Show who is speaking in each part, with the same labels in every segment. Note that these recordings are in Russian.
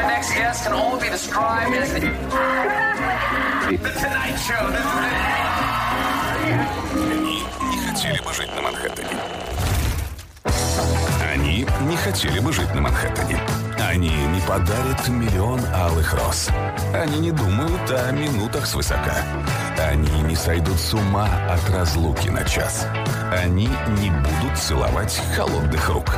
Speaker 1: best can only be described as the, the Tonight Show. This is it.
Speaker 2: Они не хотели бы жить на Манхэттене. Они не хотели бы жить на Манхэттене. Они не подарят миллион алых роз. Они не думают о минутах свысока. Они не сойдут с ума от разлуки на час. Они не будут целовать холодных рук.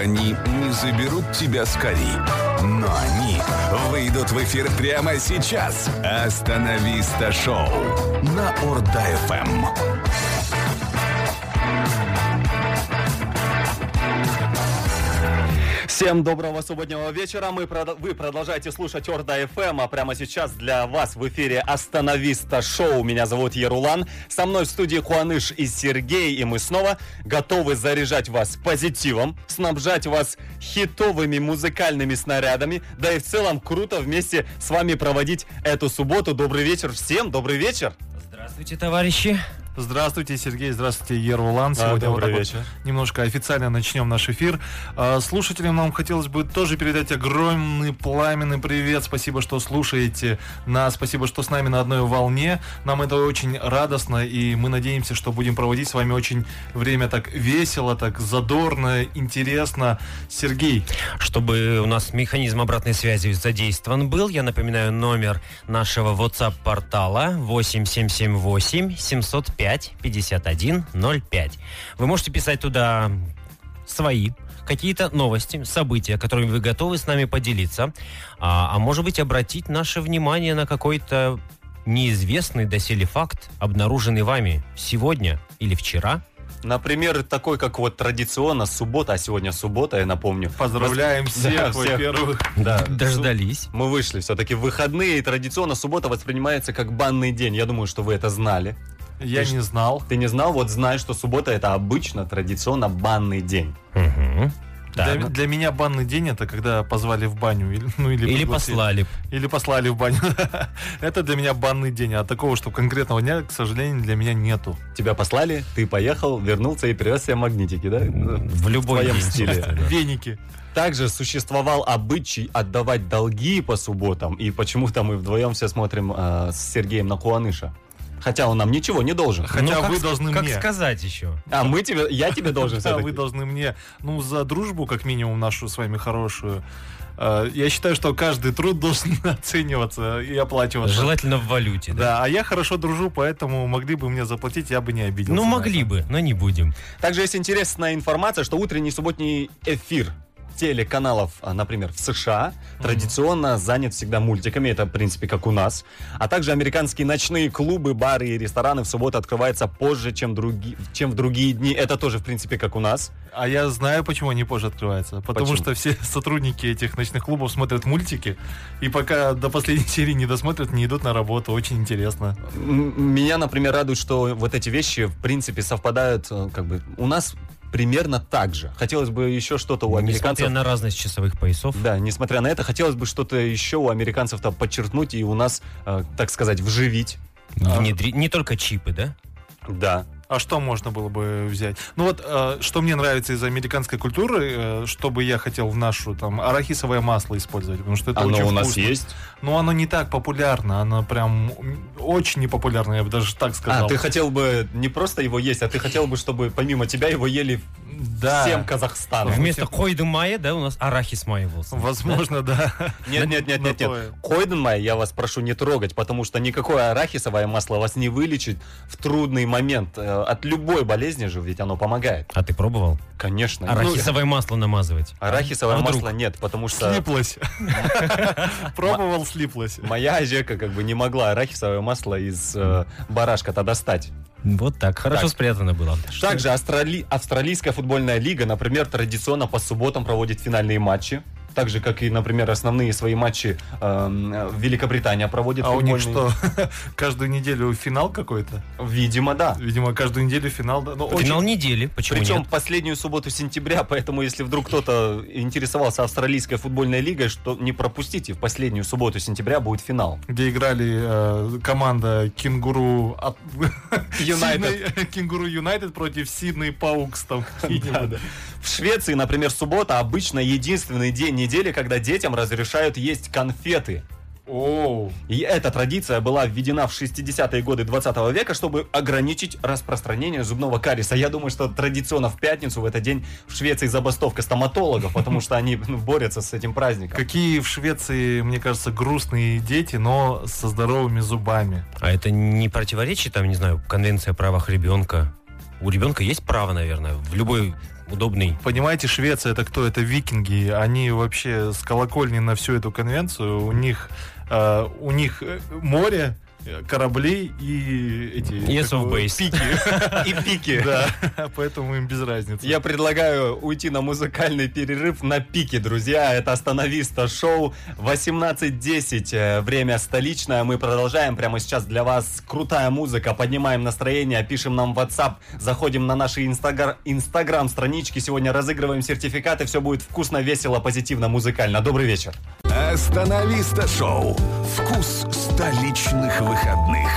Speaker 2: Они не заберут тебя скорей. Но они выйдут в эфир прямо сейчас. Остановиста шоу на Эм. Орда-ФМ.
Speaker 3: Всем доброго субботнего вечера. Мы прод- Вы продолжаете слушать Орда ФМ, а прямо сейчас для вас в эфире Остановиста шоу. Меня зовут Ярулан. Со мной в студии Куаныш и Сергей, и мы снова готовы заряжать вас позитивом, снабжать вас хитовыми музыкальными снарядами, да и в целом круто вместе с вами проводить эту субботу. Добрый вечер всем, добрый вечер.
Speaker 4: Здравствуйте, товарищи.
Speaker 5: Здравствуйте, Сергей, здравствуйте, Ерулан.
Speaker 3: Да,
Speaker 5: Сегодня вот
Speaker 3: добрый
Speaker 5: так вот
Speaker 3: вечер.
Speaker 5: немножко официально начнем наш эфир. А, Слушателям нам хотелось бы тоже передать огромный пламенный привет. Спасибо, что слушаете нас, спасибо, что с нами на одной волне. Нам это очень радостно, и мы надеемся, что будем проводить с вами очень время так весело, так задорно, интересно. Сергей,
Speaker 4: Чтобы у нас механизм обратной связи задействован был, я напоминаю номер нашего WhatsApp-портала 8778-705-5105. Вы можете писать туда свои какие-то новости, события, которыми вы готовы с нами поделиться, а, а может быть обратить наше внимание на какой-то неизвестный доселе факт, обнаруженный вами сегодня или вчера.
Speaker 3: Например, такой, как вот традиционно суббота, а сегодня суббота, я напомню.
Speaker 5: поздравляем всех,
Speaker 3: Да, всех.
Speaker 5: во-первых.
Speaker 3: Да.
Speaker 4: Дождались.
Speaker 3: Мы вышли все-таки в выходные, и традиционно суббота воспринимается как банный день. Я думаю, что вы это знали.
Speaker 5: Я
Speaker 3: Ты ж-
Speaker 5: не знал.
Speaker 3: Ты не знал, вот знаешь, что суббота это обычно традиционно банный день.
Speaker 4: Мгм. Так.
Speaker 5: Для, для меня банный день это когда позвали в баню. Или, ну, или,
Speaker 4: Или
Speaker 5: пригласили.
Speaker 4: послали.
Speaker 5: Или послали в баню. Это для меня банный день. А такого, что конкретного дня, к сожалению, для меня нету.
Speaker 3: Тебя послали, ты поехал, вернулся и привез себе магнитики, да?
Speaker 4: В любой
Speaker 3: твоем
Speaker 4: день,
Speaker 3: стиле.
Speaker 4: собственно.
Speaker 5: Веники.
Speaker 4: Ну,
Speaker 3: Также существовал обычай отдавать долги по субботам, и почему-то мы вдвоем все смотрим э, с Сергеем на Куаныша. Хотя он нам ничего не должен.
Speaker 5: Хотя
Speaker 4: Ну,
Speaker 5: вы
Speaker 4: как-
Speaker 5: должны
Speaker 4: Как
Speaker 5: мне.
Speaker 4: сказать еще?
Speaker 3: А мы тебе, я тебе должен
Speaker 5: Да,
Speaker 3: все-таки.
Speaker 5: вы должны мне, ну, за дружбу, как минимум, нашу с вами хорошую. Э, Я считаю, что каждый труд должен оцениваться и
Speaker 3: Ну,
Speaker 5: оплачиваться.
Speaker 4: Желательно в валюте. да.
Speaker 5: Да, а я хорошо дружу, поэтому могли бы мне заплатить, я бы не обиделся.
Speaker 4: Ну,
Speaker 5: на
Speaker 4: могли
Speaker 5: это.
Speaker 4: бы, но не будем.
Speaker 3: Также есть интересная информация, что утренний субботний эфир телеканалов, а, например, в США, традиционно занят всегда мультиками, это, в принципе, как у нас. А также американские ночные клубы, бары и рестораны в субботу открываются позже, чем, други- чем в другие дни. Это тоже, в принципе, как у нас.
Speaker 5: А я знаю, почему они позже открываются. Потому
Speaker 3: Почему?
Speaker 5: что все сотрудники этих ночных клубов смотрят мультики, и пока до последней серии не досмотрят, не идут на работу. Очень интересно.
Speaker 3: М, Меня, например, радует, что вот эти вещи, в принципе, совпадают, э, как бы, у нас примерно так же. Хотелось бы еще что-то у американцев
Speaker 4: Ну, Несмотря на разность часовых поясов.
Speaker 3: Да, несмотря на это, хотелось бы что-то еще у американцев-то подчеркнуть и у нас, э, так сказать, вживить. А.
Speaker 4: внедри- Не только чипы, да?
Speaker 3: Да.
Speaker 5: А что можно было бы взять? Ну вот, э, что мне нравится из американской культуры, э, что бы я хотел в нашу, там, арахисовое масло использовать, потому что это очень вкусно.
Speaker 3: есть.
Speaker 5: Но оно не так популярно, оно прям м, очень непопулярно, я бы даже так сказал.
Speaker 3: А, ты хотел бы не просто его есть, а ты хотел бы, чтобы помимо тебя его ели
Speaker 5: Да.
Speaker 3: всем Казахстаном.
Speaker 4: Вместо койды мая, да, у нас арахис маевался.
Speaker 5: Возможно, да.
Speaker 3: Нет, нет, нет, нет,
Speaker 5: На
Speaker 3: нет.
Speaker 5: то-
Speaker 3: Койденмай я вас прошу не трогать, потому что никакое арахисовое масло вас не вылечит в трудный момент. Э, От любой болезни же ведь оно помогает.
Speaker 4: А ты пробовал?
Speaker 3: Конечно. Ну,
Speaker 4: Арахисовое масло намазывать.
Speaker 3: арахисовое
Speaker 4: А вдруг?
Speaker 3: масло нет, потому что...
Speaker 5: Слиплось. Пробовал, слиплось.
Speaker 3: Моя Ажека как бы не могла арахисовое масло из э, барашка-то достать.
Speaker 4: Вот так, хорошо
Speaker 3: Так.
Speaker 4: спрятано было.
Speaker 3: Также Австрали- Австралийская футбольная лига, например, традиционно по субботам проводит финальные матчи. Так же, как и, например, основные свои матчи эм, э, Великобритания проводит.
Speaker 5: А у них
Speaker 3: футбольные.
Speaker 5: что, каждую неделю финал какой-то?
Speaker 3: Видимо, да.
Speaker 5: Видимо, каждую неделю финал. да. Ну,
Speaker 4: Финал
Speaker 5: очень-
Speaker 4: недели, почему
Speaker 3: Причем
Speaker 4: нет?
Speaker 3: последнюю субботу сентября, поэтому если вдруг кто-то интересовался Австралийской футбольной лигой, что не пропустите, в последнюю субботу сентября будет финал.
Speaker 5: где играли э, команда Кенгуру от-
Speaker 3: Юнайтед.
Speaker 5: Сидней- Кенгуру Юнайтед против Сидней Паукс там.
Speaker 3: В Швеции, например, суббота обычно единственный день недели, когда детям разрешают есть конфеты.
Speaker 5: Оу.
Speaker 3: И эта традиция была введена в 60-е годы 20 века, чтобы ограничить распространение зубного кариеса. Я думаю, что традиционно в пятницу, в этот день, в Швеции забастовка стоматологов, потому что они ну, борются с этим праздником.
Speaker 5: Какие в Швеции, мне кажется, грустные дети, но со здоровыми зубами.
Speaker 4: А это не противоречит, там, не знаю, конвенция о правах ребенка? У ребенка есть право, наверное, в любой удобный.
Speaker 5: Понимаете, Швеция это кто? Это викинги. Они вообще с колокольни на всю эту конвенцию. У них, э, у них э, море, э, корабли и эти...
Speaker 3: Ну,
Speaker 4: Yes,
Speaker 5: как
Speaker 4: of
Speaker 5: бы,
Speaker 4: base.
Speaker 5: Пики.
Speaker 3: И пики.
Speaker 5: Да, поэтому им без разницы.
Speaker 3: Я предлагаю уйти на музыкальный перерыв на пике, друзья. Это «Остановиста» шоу 18.10. э, Время столичное. Мы продолжаем прямо сейчас для вас. Крутая музыка. Поднимаем настроение. Пишем нам в WhatsApp. Заходим на наши инстагра- инстаграм-странички. Сегодня разыгрываем сертификаты. Все будет вкусно, весело, позитивно, музыкально. Добрый вечер.
Speaker 2: Остановиста шоу. Вкус столичных выходных.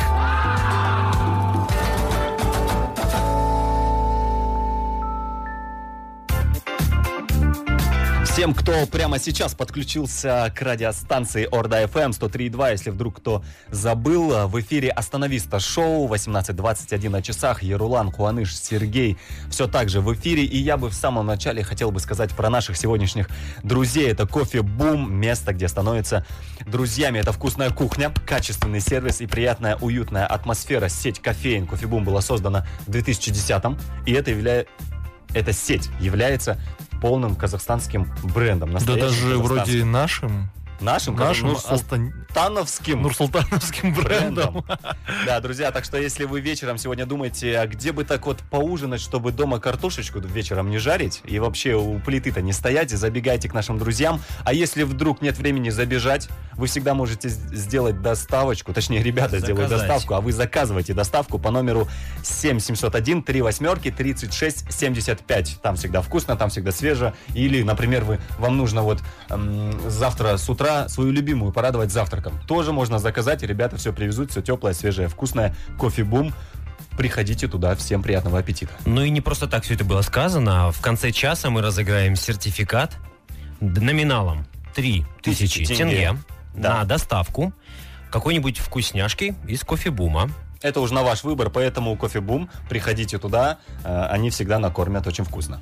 Speaker 3: Всем, кто прямо сейчас подключился к радиостанции Орда эм, FM 103.2, если вдруг кто забыл, э, в эфире «Остановиста» шоу 18.21 на часах. Ярулан, Куаныш, Сергей все так же в эфире. И я бы в самом начале хотел бы сказать про наших сегодняшних друзей. Это «Кофе Бум», место, где становятся друзьями. Это вкусная кухня, качественный сервис и приятная, уютная атмосфера. Сеть кофеин «Кофе Бум» была создана в 2010-м, и это является эта сеть является полным казахстанским брендом.
Speaker 5: Да
Speaker 3: настоящим
Speaker 5: даже
Speaker 3: казахстанским.
Speaker 5: вроде нашим,
Speaker 3: нашим,
Speaker 5: нашим
Speaker 3: нашим
Speaker 5: Астан-
Speaker 3: Тановским
Speaker 5: Нурсултановским брендом.
Speaker 3: брендом. Да, друзья, так что если вы вечером сегодня думаете, а где бы так вот поужинать, чтобы дома картошечку вечером не жарить и вообще у плиты-то не стоять, забегайте к нашим друзьям. А если вдруг нет времени забежать, вы всегда можете с- сделать доставочку, точнее, ребята сделают
Speaker 4: Заказать.
Speaker 3: доставку, а вы заказываете доставку по номеру 7701 3 восьмерки 36 75. Там всегда вкусно, там всегда свеже. Или, например, вы, вам нужно вот эм, завтра с утра свою любимую порадовать завтраком. Тоже можно заказать, и ребята все привезут, все теплое, свежее, вкусное. Кофе-бум. Приходите туда, всем приятного аппетита.
Speaker 4: Ну и не просто так все это было сказано. а В конце часа мы разыграем сертификат д- номиналом 3000
Speaker 3: Тысячи
Speaker 4: тенге,
Speaker 3: тенге.
Speaker 4: тенге
Speaker 3: Да.
Speaker 4: на доставку какой-нибудь вкусняшки из кофебума.
Speaker 3: Это уже на ваш выбор, поэтому кофе-бум, приходите туда, э, они всегда накормят очень вкусно.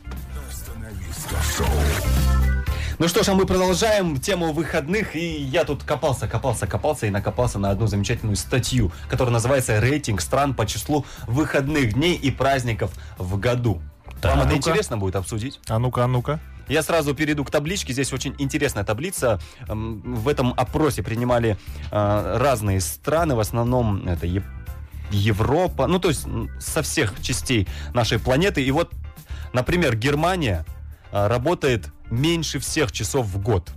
Speaker 3: Ну что ж, а мы продолжаем тему выходных, и я тут копался, копался, копался и накопался на одну замечательную статью, которая называется «Рейтинг стран по числу выходных дней и праздников в году». Вам это
Speaker 5: Ну-ка.
Speaker 3: интересно будет обсудить?
Speaker 5: А ну-ка, а ну-ка.
Speaker 3: Я сразу перейду к табличке. Здесь очень интересная таблица. Эм, В этом опросе принимали э, разные страны. В основном это Е- Европа. Ну, то есть м, со всех частей нашей планеты. И вот, например, Германия э, работает меньше всех часов в год.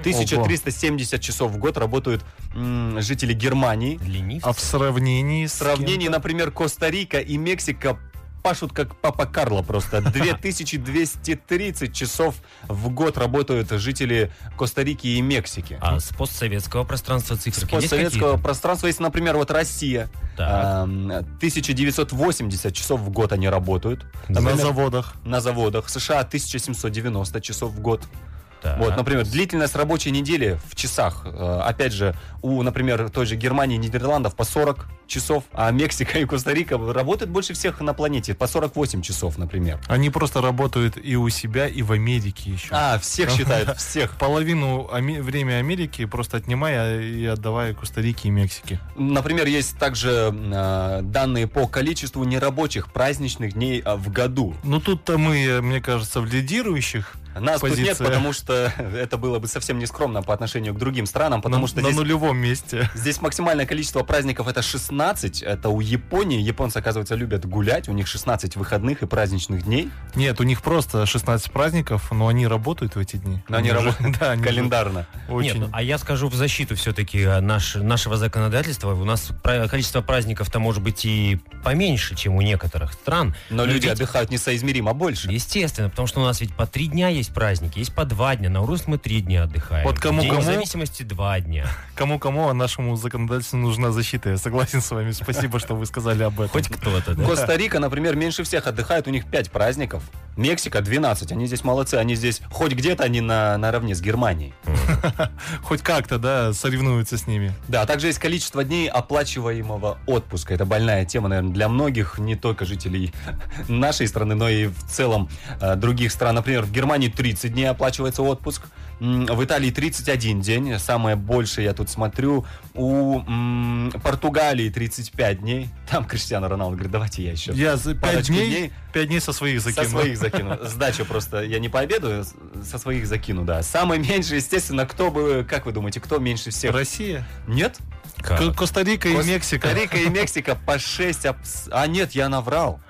Speaker 3: 1370 часов в год работают м, жители Германии.
Speaker 4: Ленив.
Speaker 5: А в сравнении с
Speaker 3: В сравнении, например, Коста-Рика и Мексика пашут как Папа Карло просто. 2230 часов в год работают жители Коста-Рики и Мексики.
Speaker 4: А с постсоветского пространства цифры
Speaker 3: С постсоветского пространства есть, например, вот Россия. Эм, 1980 часов в год они работают.
Speaker 5: кем? на
Speaker 3: Например,
Speaker 5: заводах.
Speaker 3: на заводах. США 1790 часов в год. Вот, например, длительность рабочей недели в часах. Э, Опять же, у, например, той же Германии и Нидерландов по 40 часов, а Мексика и Коста-Рика работают больше всех на планете, по 48 часов, например.
Speaker 5: Они просто работают и у себя, и в Америке еще.
Speaker 3: А, всех считают, всех.
Speaker 5: Половину Аме- время Америки просто отнимая и отдавая Коста-Рике и Мексике.
Speaker 3: Например, есть также э, данные по количеству нерабочих праздничных дней э, в году.
Speaker 5: Ну тут-то мы, мне кажется, в лидирующих.
Speaker 3: Нас тут нет,
Speaker 5: Позиция.
Speaker 3: потому что это было бы совсем нескромно по отношению к другим странам, потому
Speaker 5: на,
Speaker 3: что
Speaker 5: на
Speaker 3: здесь
Speaker 5: нулевом месте.
Speaker 3: Здесь максимальное количество праздников это 16. Это у Японии. Японцы, оказывается, любят гулять. У них 16 выходных и праздничных дней.
Speaker 5: Нет, у них просто 16 праздников, но они работают в эти дни.
Speaker 3: Но они
Speaker 5: же-
Speaker 3: работают
Speaker 5: да, они же
Speaker 3: календарно.
Speaker 5: Очень.
Speaker 4: Нет, ну, а я скажу в защиту все-таки наш, нашего законодательства. У нас пра- количество праздников-то может быть и поменьше, чем у некоторых стран.
Speaker 3: Но люди
Speaker 4: ведь-
Speaker 3: отдыхают несоизмеримо больше.
Speaker 4: Естественно, потому что у нас ведь по три дня есть праздники, есть по два дня. На Урус мы три дня отдыхаем.
Speaker 5: Вот кому-кому?
Speaker 4: День зависимости два дня.
Speaker 5: Кому-кому, а нашему законодательству нужна защита. Я согласен с вами. Спасибо, что вы сказали об этом.
Speaker 4: Хоть кто-то, да.
Speaker 3: Коста-Рика, например, меньше всех отдыхает, у них 5 праздников. Мексика 12, они здесь молодцы, они здесь хоть где-то они на, наравне с Германией.
Speaker 5: Хоть как-то, да, соревнуются с ними.
Speaker 3: Да, а также есть количество дней оплачиваемого отпуска. Это больная тема, наверное, для многих, не только жителей нашей страны, но и в целом э, других стран. Например, в Германии 30 дней оплачивается отпуск, М, в Италии 31 день, самое большее я тут смотрю. У м, Португалии 35 дней. Там Криштиану Роналду говорит, давайте я еще.
Speaker 5: Я за пять
Speaker 3: парочку
Speaker 5: дней, пять дней со своих закину.
Speaker 3: Со своих закину. Сдачу просто я не пообедаю, с- со своих закину, да. Самое меньше, естественно, кто бы, как вы думаете, кто меньше всех?
Speaker 5: Россия,
Speaker 3: Нет?
Speaker 4: Как?
Speaker 5: Ко- Коста-Рика и Мексика.
Speaker 3: Рика и Мексика по 6... А нет, я наврал.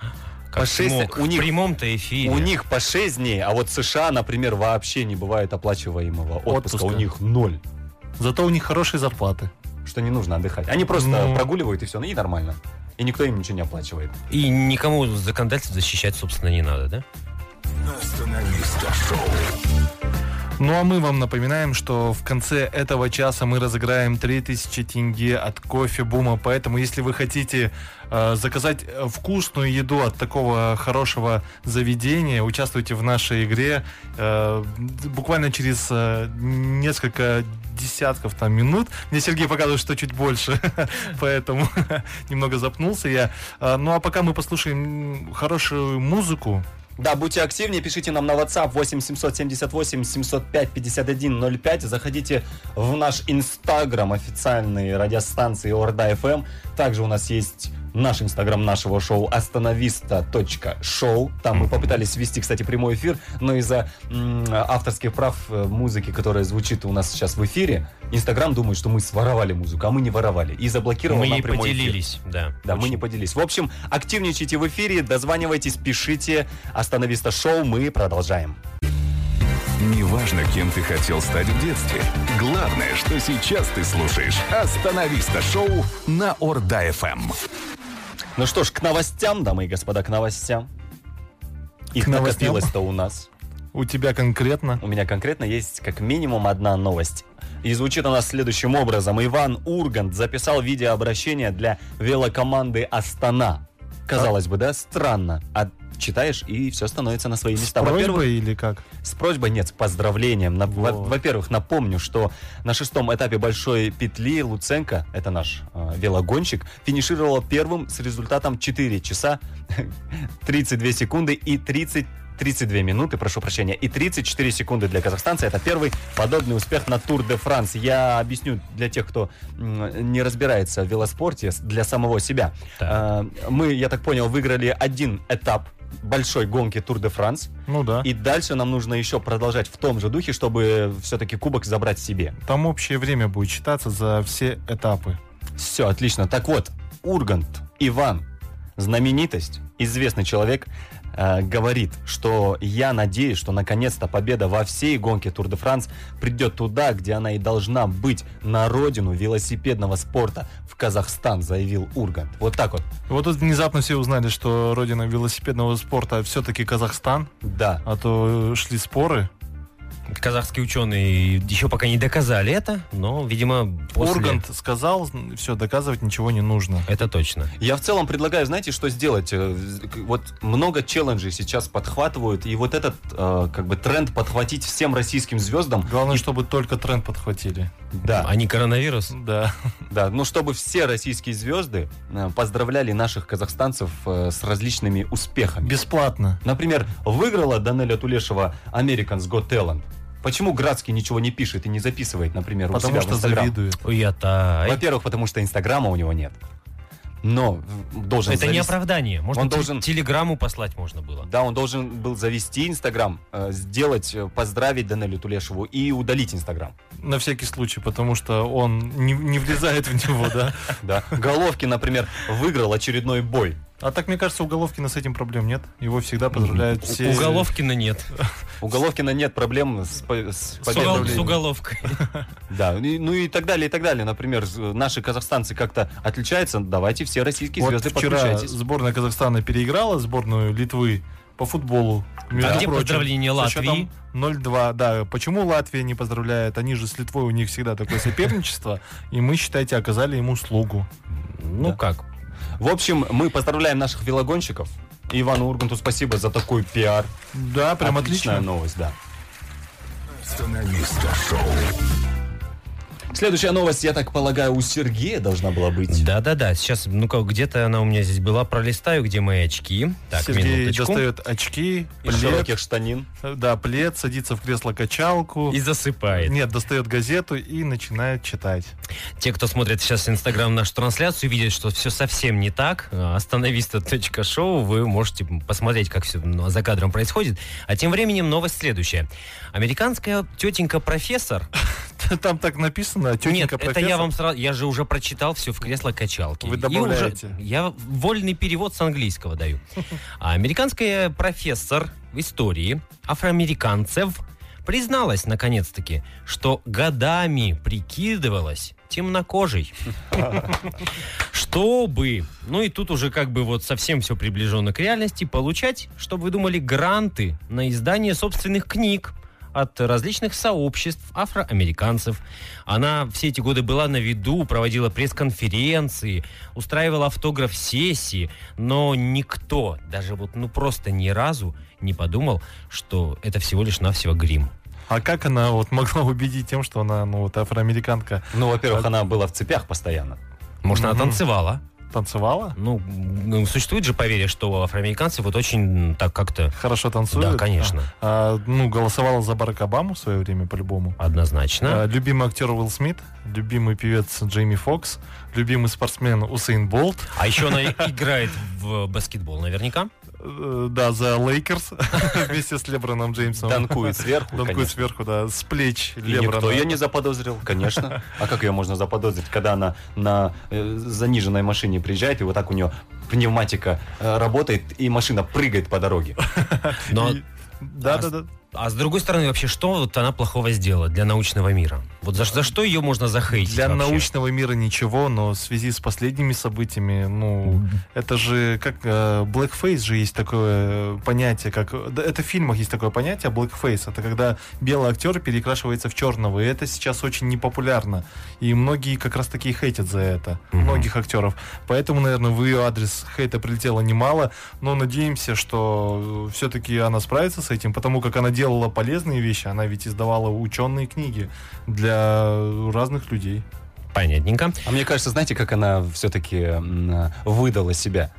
Speaker 4: Как
Speaker 3: по шесть-
Speaker 4: смог.
Speaker 3: у
Speaker 4: В
Speaker 3: них-
Speaker 4: прямом-то эфире.
Speaker 3: У них по 6 дней, а вот США, например, вообще не бывает оплачиваемого отпуска.
Speaker 5: Отпуска.
Speaker 3: У них ноль.
Speaker 5: Зато у них хорошие зарплаты.
Speaker 3: Что не нужно отдыхать. Они просто
Speaker 5: Ну.
Speaker 3: прогуливают и все, и нормально. И никто им ничего не оплачивает.
Speaker 4: И никому законодательство защищать, собственно, не надо, да?
Speaker 2: Остановиста шоу.
Speaker 5: Ну а мы вам напоминаем, что в конце этого часа мы разыграем 3000 тенге от кофе Бума. Поэтому, если вы хотите э, заказать э, вкусную еду от такого хорошего заведения, участвуйте в нашей игре. Э, буквально через э, несколько десятков там минут. Мне Сергей показывает, что чуть больше, поэтому немного запнулся я. Э, Ну а пока мы послушаем м, хорошую музыку,
Speaker 3: Да, будьте активнее, пишите нам на WhatsApp 8 778 705 51 05. Заходите в наш Инстаграм официальной радиостанции Орда FM. Также у нас есть наш Инстаграм нашего шоу остановиста.шоу. Там мы попытались вести, кстати, прямой эфир, но из-за м, авторских прав э, музыки, которая звучит у нас сейчас в эфире, Инстаграм думает, что мы своровали музыку, а мы не воровали. И заблокировал
Speaker 4: Мы
Speaker 3: нам
Speaker 4: не
Speaker 3: Ну, прямой эфир.
Speaker 4: поделились, да.
Speaker 3: Да, мы
Speaker 4: Очень.
Speaker 3: не поделились. В общем, активничайте в эфире, дозванивайтесь, пишите. Остановиста шоу, мы продолжаем.
Speaker 2: Неважно, кем ты хотел стать в детстве. Главное, что сейчас ты слушаешь «Остановиста» шоу на Орда-ФМ.
Speaker 3: Ну что ж, к новостям, дамы и господа, к новостям. Их
Speaker 5: К новостям?
Speaker 3: накопилось-то у нас.
Speaker 5: у тебя конкретно.
Speaker 3: У меня конкретно есть как минимум одна новость. И звучит она следующим образом. Иван Ургант записал видеообращение для велокоманды «Астана». Казалось бы, да? Странно. А читаешь, и все становится на свои
Speaker 5: С
Speaker 3: места. Во-первых,
Speaker 5: просьбой или как?
Speaker 3: С просьбой нет, с поздравлением. На- во-
Speaker 5: Вот.
Speaker 3: Во-первых, напомню, что на шестом этапе большой петли Луценко, это наш э, велогонщик, финишировал первым с результатом 4 часа 32 секунды и 30 32 минуты, прошу прощения, и 34 секунды для казахстанца. Это первый подобный успех на Тур де Франс. Я объясню для тех, кто м, не разбирается в велоспорте, с- для самого себя. Э, Мы, я так понял, выиграли один этап большой гонки Тур де Франс.
Speaker 5: Ну да.
Speaker 3: И дальше нам нужно еще продолжать в том же духе, чтобы все-таки кубок забрать себе.
Speaker 5: Там общее время будет считаться за все этапы.
Speaker 3: Все, отлично. Так вот, Ургант, Иван, знаменитость, известный человек, э, говорит, что я надеюсь, что наконец-то победа во всей гонке Тур де Франс придет туда, где она и должна быть, на родину велосипедного спорта, в Казахстан, заявил Ургант. Вот так вот.
Speaker 5: И Вот тут внезапно все узнали, что родина велосипедного спорта все-таки Казахстан,
Speaker 3: Да.
Speaker 5: а то э, шли споры.
Speaker 4: Казахские ученые еще пока не доказали это, но, видимо, после...
Speaker 5: Ургант сказал, все, доказывать ничего не нужно.
Speaker 4: Это точно.
Speaker 3: Я в целом предлагаю, знаете, что сделать? Э, к- Вот много челленджей сейчас подхватывают, и вот этот э, как бы тренд подхватить всем российским звездам.
Speaker 5: Главное, чтобы только тренд подхватили.
Speaker 3: Да,
Speaker 4: А не коронавирус?
Speaker 5: Да.
Speaker 3: да. Ну, чтобы все российские звезды э, поздравляли наших казахстанцев э, с различными успехами.
Speaker 5: Бесплатно.
Speaker 3: Например, выиграла Данеля Тулешева Americans Got Talent. Почему Градский ничего не пишет и не записывает, например, у себя
Speaker 5: Потому
Speaker 3: в
Speaker 5: что
Speaker 3: Инстаграм?
Speaker 5: завидует.
Speaker 4: Ой, я тай.
Speaker 3: Во-первых, потому что Инстаграма у него нет. Но в- должен
Speaker 4: Это не
Speaker 3: завис-
Speaker 4: оправдание. Можно
Speaker 3: Он
Speaker 4: те-
Speaker 3: должен-
Speaker 4: телеграмму послать можно было.
Speaker 3: Да, он должен был завести Инстаграм, э, сделать, э, поздравить Данелю Тулешеву и удалить Инстаграм.
Speaker 5: На всякий случай, потому что он не, не влезает в него, да.
Speaker 3: Да. Головки, например, выиграл очередной бой.
Speaker 5: А так, мне кажется, у Головкина с этим проблем нет. Его всегда поздравляют все.
Speaker 4: У Головкина нет.
Speaker 3: У Головкина нет проблем с, по- с
Speaker 4: С, угол- с
Speaker 3: победой.
Speaker 4: уголовкой.
Speaker 3: Да, и- ну и так далее, и так далее. Например, з- наши казахстанцы как-то отличаются. Давайте все российские
Speaker 5: Вот
Speaker 3: звезды
Speaker 5: вчера
Speaker 3: подключайтесь.
Speaker 5: сборная Казахстана переиграла сборную Литвы по футболу. между
Speaker 4: где
Speaker 5: прочим.
Speaker 4: поздравление
Speaker 5: С
Speaker 4: Латвии?
Speaker 5: счетом 0-2, да. Почему Латвия не поздравляет? Они же с Литвой, у них всегда такое соперничество. И мы, считайте, оказали ему услугу.
Speaker 4: Ну как?
Speaker 3: В общем, мы поздравляем наших велогонщиков. И Ивану Урганту спасибо за такой пиар.
Speaker 5: Да, прям
Speaker 3: Отличная
Speaker 4: ну,
Speaker 5: отлично.
Speaker 3: новость, да.
Speaker 2: Становиста шоу.
Speaker 3: Следующая новость, я так полагаю, у Сергея должна была быть.
Speaker 4: Да-да-да, сейчас, ну-ка, где-то она у меня здесь была, пролистаю, где мои очки. Так,
Speaker 5: Сергей
Speaker 4: минуточку.
Speaker 5: достает очки,
Speaker 3: Из
Speaker 5: плед,
Speaker 3: широких штанин.
Speaker 5: да, плед, садится в кресло-качалку.
Speaker 4: И засыпает.
Speaker 5: Нет, достает газету и начинает читать.
Speaker 4: Те, кто смотрит сейчас Инстаграм нашу трансляцию, видят, что все совсем не так. А, Остановиста.шоу вы можете посмотреть, как все за кадром происходит. А тем временем новость следующая. Американская тетенька-профессор...
Speaker 5: Там так написано, а
Speaker 4: Нет,
Speaker 5: тетенька
Speaker 4: это я вам сразу... Я же уже прочитал все в кресло-качалке.
Speaker 5: Вы
Speaker 4: И уже-
Speaker 5: добавляете.
Speaker 4: я вольный перевод с английского даю. А Американская профессор истории афроамериканцев призналась, наконец-таки, что годами прикидывалась темнокожей. Чтобы, ну и тут уже как бы вот совсем все приближенно к реальности, получать, чтобы вы думали, гранты на издание собственных книг от различных сообществ афроамериканцев. Она все эти годы была на виду, проводила пресс-конференции, устраивала автограф-сессии, но никто, даже вот ну просто ни разу не подумал, что это всего лишь навсего грим.
Speaker 5: А как она вот могла убедить тем, что она, ну, вот афроамериканка
Speaker 3: Ну,
Speaker 5: А-
Speaker 3: во-первых, она была в цепях постоянно.
Speaker 4: Может, она
Speaker 5: Мгм.
Speaker 4: танцевала?
Speaker 5: танцевала?
Speaker 4: Ну, м, существует же поверье, что афроамериканцы вот очень м, так как-то
Speaker 5: Хорошо танцует?
Speaker 4: Да, конечно.
Speaker 5: А, а, ну, голосовала за Барак Обаму в свое время, по-любому.
Speaker 4: однозначно.
Speaker 5: А, любимый актер Уилл Смит, любимый певец Джейми Фокс, любимый спортсмен Усейн Болт,
Speaker 4: А еще она играет в баскетбол наверняка.
Speaker 5: э, да, за Лейкерс вместе с Леброном Джеймсом.
Speaker 3: Танкует сверху,
Speaker 5: Ну. Танкует
Speaker 3: конечно.
Speaker 5: сверху, да, с плеч
Speaker 3: И никто
Speaker 5: Леброна.
Speaker 3: ее не заподозрил, конечно. А как ее можно заподозрить, когда она на э, заниженной машине приезжает, и вот так у нее пневматика э, работает, и машина прыгает по дороге.
Speaker 4: Но,
Speaker 5: И- Да, да, да.
Speaker 4: а с другой стороны, вообще, что вот она плохого сделала для научного мира? Вот за, за что ее можно захейтить
Speaker 5: Для
Speaker 4: вообще?
Speaker 5: научного мира ничего, но в связи с последними событиями, ну, это же как э, blackface же есть такое э, понятие, как да, это в фильмах есть такое понятие blackface, это когда белый актер перекрашивается в черного, и это сейчас очень непопулярно, и многие как раз таки и хейтят за это,
Speaker 4: Мгм.
Speaker 5: многих актеров, поэтому, наверное, в ее адрес хейта прилетело немало, но надеемся, что все-таки она справится с этим, потому как она делала полезные вещи, она ведь издавала ученые книги для э, разных людей.
Speaker 4: Понятненько.
Speaker 3: А мне кажется, знаете, как она все-таки выдала себя?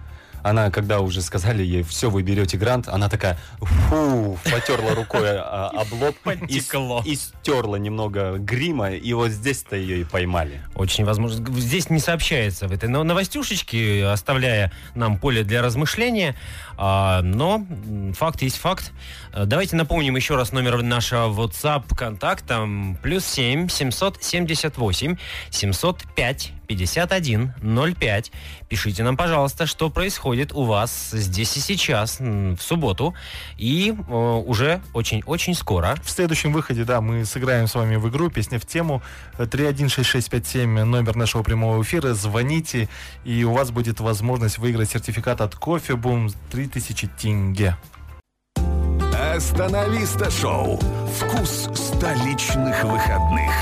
Speaker 3: Она, когда уже сказали ей, все, вы берете грант, она такая, фу, потерла рукой а, об лоб и, с-
Speaker 4: Потекло.
Speaker 3: и стерла немного грима, и вот здесь-то ее и поймали.
Speaker 4: Очень возможно. г- Здесь не сообщается в этой но- новостюшечке, оставляя нам поле для размышления. А, но м, факт есть факт. Э, Давайте напомним еще раз номер нашего WhatsApp контакта. м, Плюс 7 778 705 51 05. Пишите нам, пожалуйста, что происходит у вас здесь и сейчас, м, в субботу. И э, уже очень-очень скоро
Speaker 5: В следующем выходе, да, мы сыграем с вами в игру «Песня в тему». 316657, номер нашего прямого эфира. Звоните, и у вас будет возможность выиграть сертификат от кофе Бум 3000 тенге.
Speaker 2: Остановиста шоу. Вкус столичных выходных.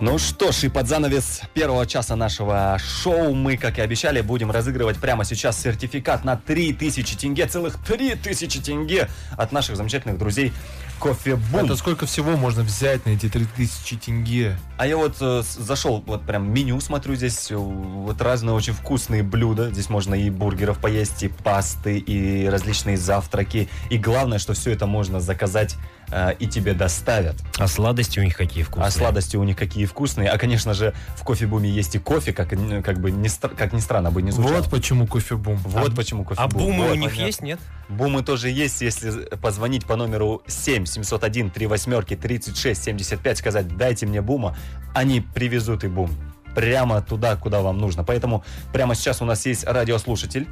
Speaker 3: Ну что ж, и под занавес первого часа нашего шоу мы, как и обещали, будем разыгрывать прямо сейчас сертификат на 3000 тенге, целых 3000 тенге от наших замечательных друзей Кофе Бум.
Speaker 5: Это сколько всего можно взять на эти 3000 тенге?
Speaker 3: А я вот э, с- зашел, вот прям меню смотрю здесь, э, вот разные очень вкусные блюда. Здесь можно и бургеров поесть, и пасты, и различные завтраки. И главное, что все это можно заказать э, и тебе доставят.
Speaker 4: А сладости у них какие вкусные.
Speaker 3: А сладости у них какие вкусные. А, конечно же, в кофе-буме есть и кофе, как, э, как бы не, стр- как ни странно бы не звучало.
Speaker 5: Вот почему кофе Бум.
Speaker 3: Вот почему кофе
Speaker 4: А бумы у них
Speaker 3: есть?
Speaker 4: есть, нет?
Speaker 3: Бумы тоже есть, если позвонить по номеру 7 701 3 восьмерки 36 75, сказать «дайте мне бума», они привезут и бум прямо туда, куда вам нужно. Поэтому прямо сейчас у нас есть радиослушатель,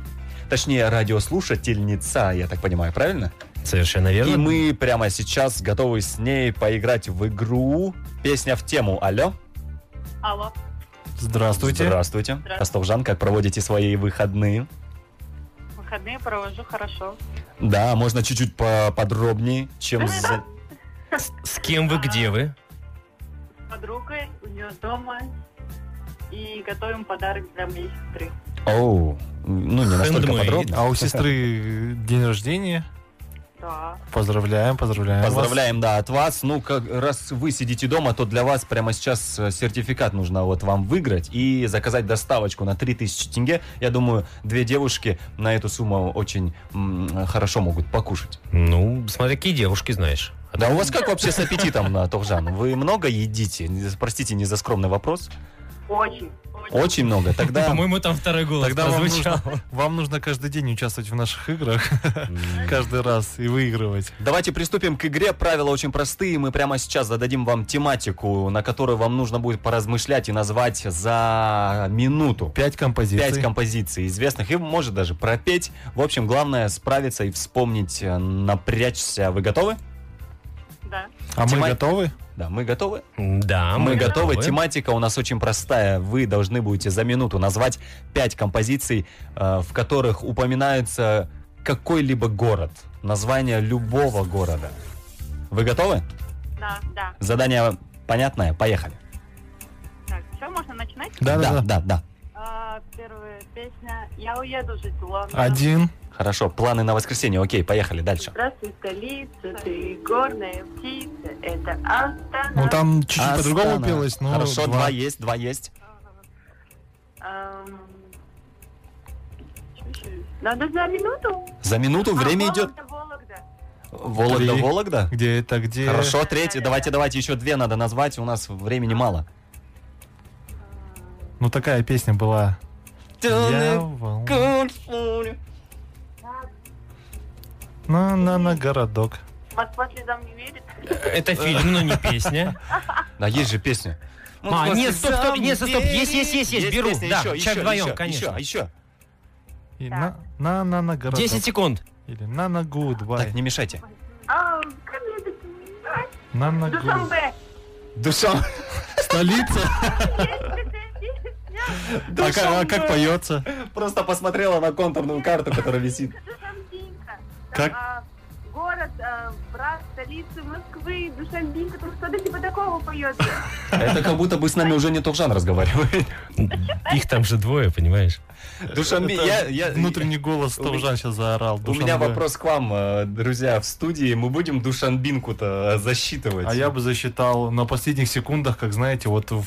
Speaker 3: точнее радиослушательница, я так понимаю, правильно?
Speaker 4: Совершенно верно.
Speaker 3: И мы прямо сейчас готовы с ней поиграть в игру «Песня в тему». Алло?
Speaker 6: Алло.
Speaker 5: Здравствуйте.
Speaker 3: Здравствуйте. Ростовжан, как проводите свои выходные?
Speaker 6: Выходные провожу хорошо.
Speaker 3: Да, можно чуть-чуть поподробнее, чем... за-
Speaker 4: С кем вы, где вы?
Speaker 6: С подругой, у нее дома. И готовим подарок для моей сестры.
Speaker 3: Оу, ну не настолько
Speaker 4: Handmade.
Speaker 3: подробно.
Speaker 5: А у сестры э, день рождения.
Speaker 6: Да.
Speaker 5: Поздравляем, поздравляем. вас.
Speaker 3: Поздравляем, да, от вас. Ну, как раз вы сидите дома, то для вас прямо сейчас э, сертификат нужно вот вам выиграть и заказать доставочку на 3000 тенге. Я думаю, две девушки на эту сумму очень м, хорошо могут покушать.
Speaker 4: Ну, смотри, какие девушки знаешь.
Speaker 3: А Да у вас как вообще с аппетитом, на Товжан? Вы много едите? Не- Простите, не за скромный вопрос.
Speaker 6: Очень. Очень.
Speaker 3: Очень много. Тогда
Speaker 4: По-моему, там второй голос
Speaker 5: Тогда вам
Speaker 4: прозвучал.
Speaker 5: нужно, вам нужно каждый день участвовать в наших играх каждый раз и выигрывать.
Speaker 3: давайте приступим к игре. Правила очень простые. Мы прямо сейчас зададим вам тематику, на которую вам нужно будет поразмышлять и назвать за минуту.
Speaker 5: Пять композиций.
Speaker 3: Пять композиций известных и может даже пропеть. В общем, главное справиться и вспомнить, э, напрячься. Вы готовы?
Speaker 6: Да.
Speaker 5: а мы
Speaker 3: Тема-
Speaker 5: готовы?
Speaker 3: Да, мы готовы.
Speaker 4: Да,
Speaker 3: А мы готовы. Тематика у нас очень простая. Вы должны будете за минуту назвать пять композиций, э, в которых упоминается какой-либо город, название любого города. Вы готовы?
Speaker 6: Да, да.
Speaker 3: Задание понятное. Поехали.
Speaker 6: Так, все, можно начинать?
Speaker 5: Да,
Speaker 3: да,
Speaker 5: да, да.
Speaker 3: да. да.
Speaker 6: А, первая песня. Я уеду жить в Лондон.
Speaker 5: Один.
Speaker 3: Хорошо. Планы на воскресенье. Окей, поехали дальше.
Speaker 6: Здравствуй, столица, ты горная птица, это Астана.
Speaker 5: Ну там чуть-чуть
Speaker 3: Астана.
Speaker 5: по-другому пелось, но
Speaker 3: Хорошо,
Speaker 5: два.
Speaker 3: два есть, два есть.
Speaker 6: Ам, чё ещё? Надо за минуту.
Speaker 3: За минуту время
Speaker 6: А,
Speaker 3: идет.
Speaker 6: Вологда, Вологда.
Speaker 3: Вологда,
Speaker 5: Три.
Speaker 3: Вологда.
Speaker 5: Где это, где?
Speaker 3: Хорошо, третья. Давайте, давайте, еще две надо назвать. У нас времени мало.
Speaker 5: Ну такая песня была. Я волну- на на на городок.
Speaker 6: Москва слезам не верит.
Speaker 4: Это фильм, но не песня.
Speaker 3: Да, есть же песня.
Speaker 4: А, нет, стоп, стоп, нет, стоп, стоп, есть, есть, есть, есть, беру,
Speaker 3: песня,
Speaker 4: да,
Speaker 3: еще,
Speaker 4: сейчас
Speaker 3: еще,
Speaker 4: вдвоем,
Speaker 3: еще,
Speaker 4: конечно.
Speaker 3: Еще, еще.
Speaker 5: И на на на на городок.
Speaker 4: 10 секунд.
Speaker 5: Или на на
Speaker 3: Так,
Speaker 5: гудбай.
Speaker 3: не мешайте.
Speaker 6: А, как я это понимаю?
Speaker 5: На на гуд.
Speaker 6: Душанбе.
Speaker 3: Душа.
Speaker 5: Столица. А как- а как поется?
Speaker 3: Просто посмотрела на контурную карту, которая висит.
Speaker 6: Душанбинка.
Speaker 5: Как?
Speaker 6: А, город, а, брат, столица Москвы, Душанбинка, там что-то типа такого поется.
Speaker 3: Это как будто бы с нами уже не Товжан разговаривает.
Speaker 4: Их там же двое, понимаешь?
Speaker 3: Душамби,
Speaker 5: Это
Speaker 3: я, я,
Speaker 5: Внутренний голос
Speaker 3: у меня-
Speaker 5: Тавжан сейчас заорал.
Speaker 3: У меня
Speaker 5: Душанбе.
Speaker 3: вопрос к вам, э, друзья, в студии. Мы будем Душанбинку-то э, засчитывать?
Speaker 5: А я бы засчитал на последних секундах, как знаете, вот в,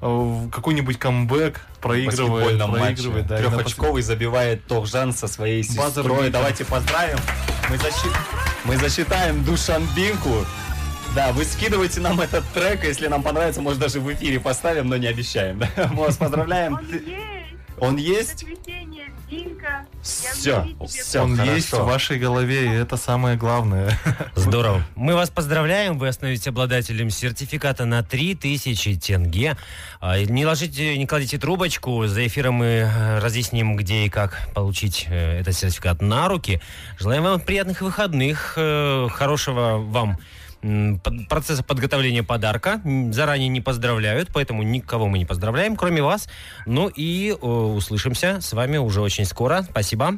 Speaker 5: в какой-нибудь камбэк проигрывает,
Speaker 3: баскетбольном
Speaker 5: проигрывает,
Speaker 3: матче.
Speaker 5: да, и на
Speaker 3: Трехочковый забивает Тохжан со своей сестрой.
Speaker 5: Базар бит.
Speaker 3: Давайте поздравим. Мы, защи- мы засчитаем Душанбинку. Да, вы скидывайте нам этот трек, если нам понравится, может даже в эфире поставим, но не обещаем. да. Мы вас поздравляем.
Speaker 6: Он
Speaker 3: Ты-
Speaker 6: есть,
Speaker 3: Он есть?
Speaker 6: воскресенье, Динка. Я
Speaker 3: Все,
Speaker 6: говорю тебе,
Speaker 3: все,
Speaker 5: Он есть в вашей голове, и это самое главное.
Speaker 4: Здорово. Мы вас поздравляем, вы становитесь обладателем сертификата на 3000 тенге. А, и Не ложите, не кладите трубочку, за эфиром мы э, разъясним, где и как получить э, этот сертификат на руки. Желаем вам приятных выходных, э, хорошего вам м, под- процесса подготовления подарка. М, Заранее не поздравляют, поэтому никого мы не поздравляем, кроме вас. Ну и э, услышимся с вами уже очень скоро. Спасибо.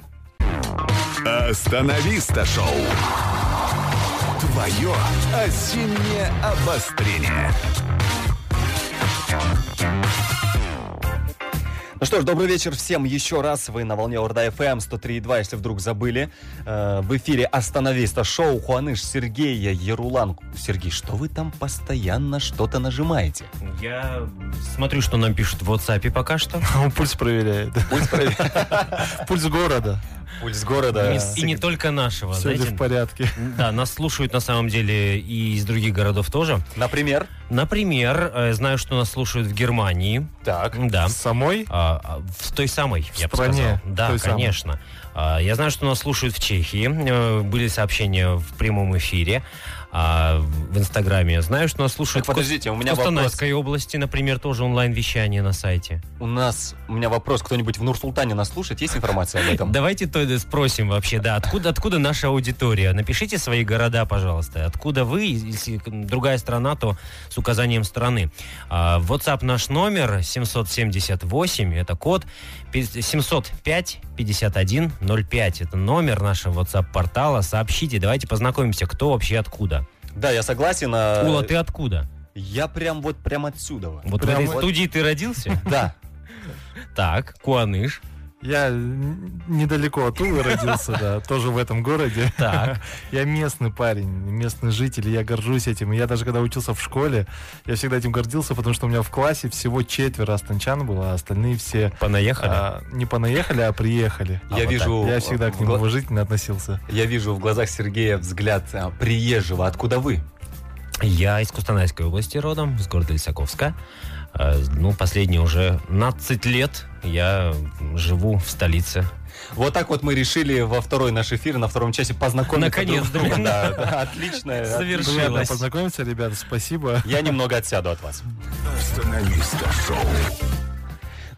Speaker 2: Остановиста шоу. Твое осеннее обострение.
Speaker 3: Ну что ж, добрый вечер всем еще раз. Вы на волне Орда FM 103.2, если вдруг забыли. Э, В эфире «Остановиста» шоу Хуаныш Сергея Ярулан. Сергей, что вы там постоянно что-то нажимаете?
Speaker 4: Я смотрю, что нам пишут в WhatsApp пока что.
Speaker 5: Он пульс проверяет.
Speaker 3: Пульс проверяет.
Speaker 5: Пульс города.
Speaker 3: Пульс города.
Speaker 4: И не- И не только нашего,
Speaker 5: Все
Speaker 4: знаете.
Speaker 5: в порядке.
Speaker 4: Да, нас слушают на самом деле и из других городов тоже.
Speaker 3: Например?
Speaker 4: Например, э, знаю, что нас слушают в Германии.
Speaker 3: Так.
Speaker 4: Да.
Speaker 5: Самой?
Speaker 4: А, а, в той самой, я бы
Speaker 5: стране
Speaker 4: сказал. Да,
Speaker 5: той самой.
Speaker 4: конечно. А, я знаю, что нас слушают в Чехии. Э, Были сообщения в прямом эфире. а, в в Инстаграме. Знаю, что нас слушают
Speaker 3: Так, подождите, у
Speaker 4: в
Speaker 3: меня вопрос.
Speaker 4: Костанайской области, например, тоже онлайн-вещание на сайте.
Speaker 3: У нас, у меня вопрос, кто-нибудь в Нурсултане нас слушает? Есть информация об этом?
Speaker 4: Давайте то да, спросим вообще, да, откуда, откуда наша аудитория? Напишите свои города, пожалуйста. Откуда вы, если к- м, другая страна, то с указанием страны. А, WhatsApp наш номер 778, это код пи- 705 51 05. Это номер нашего WhatsApp-портала. Сообщите, давайте познакомимся, кто вообще откуда.
Speaker 3: Да, я согласен. а,
Speaker 4: Ула, ты откуда?
Speaker 3: Я прям вот прям отсюда.
Speaker 4: Вот
Speaker 3: Прям
Speaker 4: в этой
Speaker 3: вот-
Speaker 4: студии ты родился?
Speaker 3: Да.
Speaker 4: Так, Куаныш.
Speaker 5: Я н- недалеко от Улы родился, да, тоже в этом городе.
Speaker 4: Так.
Speaker 5: Я местный парень, местный житель, и я горжусь этим. И Я даже когда учился в школе, я всегда этим гордился, потому что у меня в классе всего четверо астанчан было, а остальные все
Speaker 4: Понаехали.
Speaker 5: а, не понаехали, а приехали.
Speaker 3: Я
Speaker 4: вот
Speaker 3: вижу...
Speaker 5: Я всегда к
Speaker 3: в
Speaker 5: ним
Speaker 3: гла-
Speaker 5: уважительно относился.
Speaker 3: Я вижу в глазах Сергея взгляд а, приезжего. Откуда вы?
Speaker 4: Я из Кустанайской области родом, из города Лисаковска. Э, Ну, последние уже 15 лет я живу в столице.
Speaker 3: Вот так вот мы решили во второй наш эфир, на втором часе познакомиться друг
Speaker 4: Наконец,
Speaker 3: с другом.
Speaker 4: да.
Speaker 3: Да, да, Отлично.
Speaker 4: Совершенно.
Speaker 5: Приятно
Speaker 4: Решилось.
Speaker 5: познакомиться, ребята, спасибо.
Speaker 3: Я немного отсяду от вас.
Speaker 2: Остановиста шоу.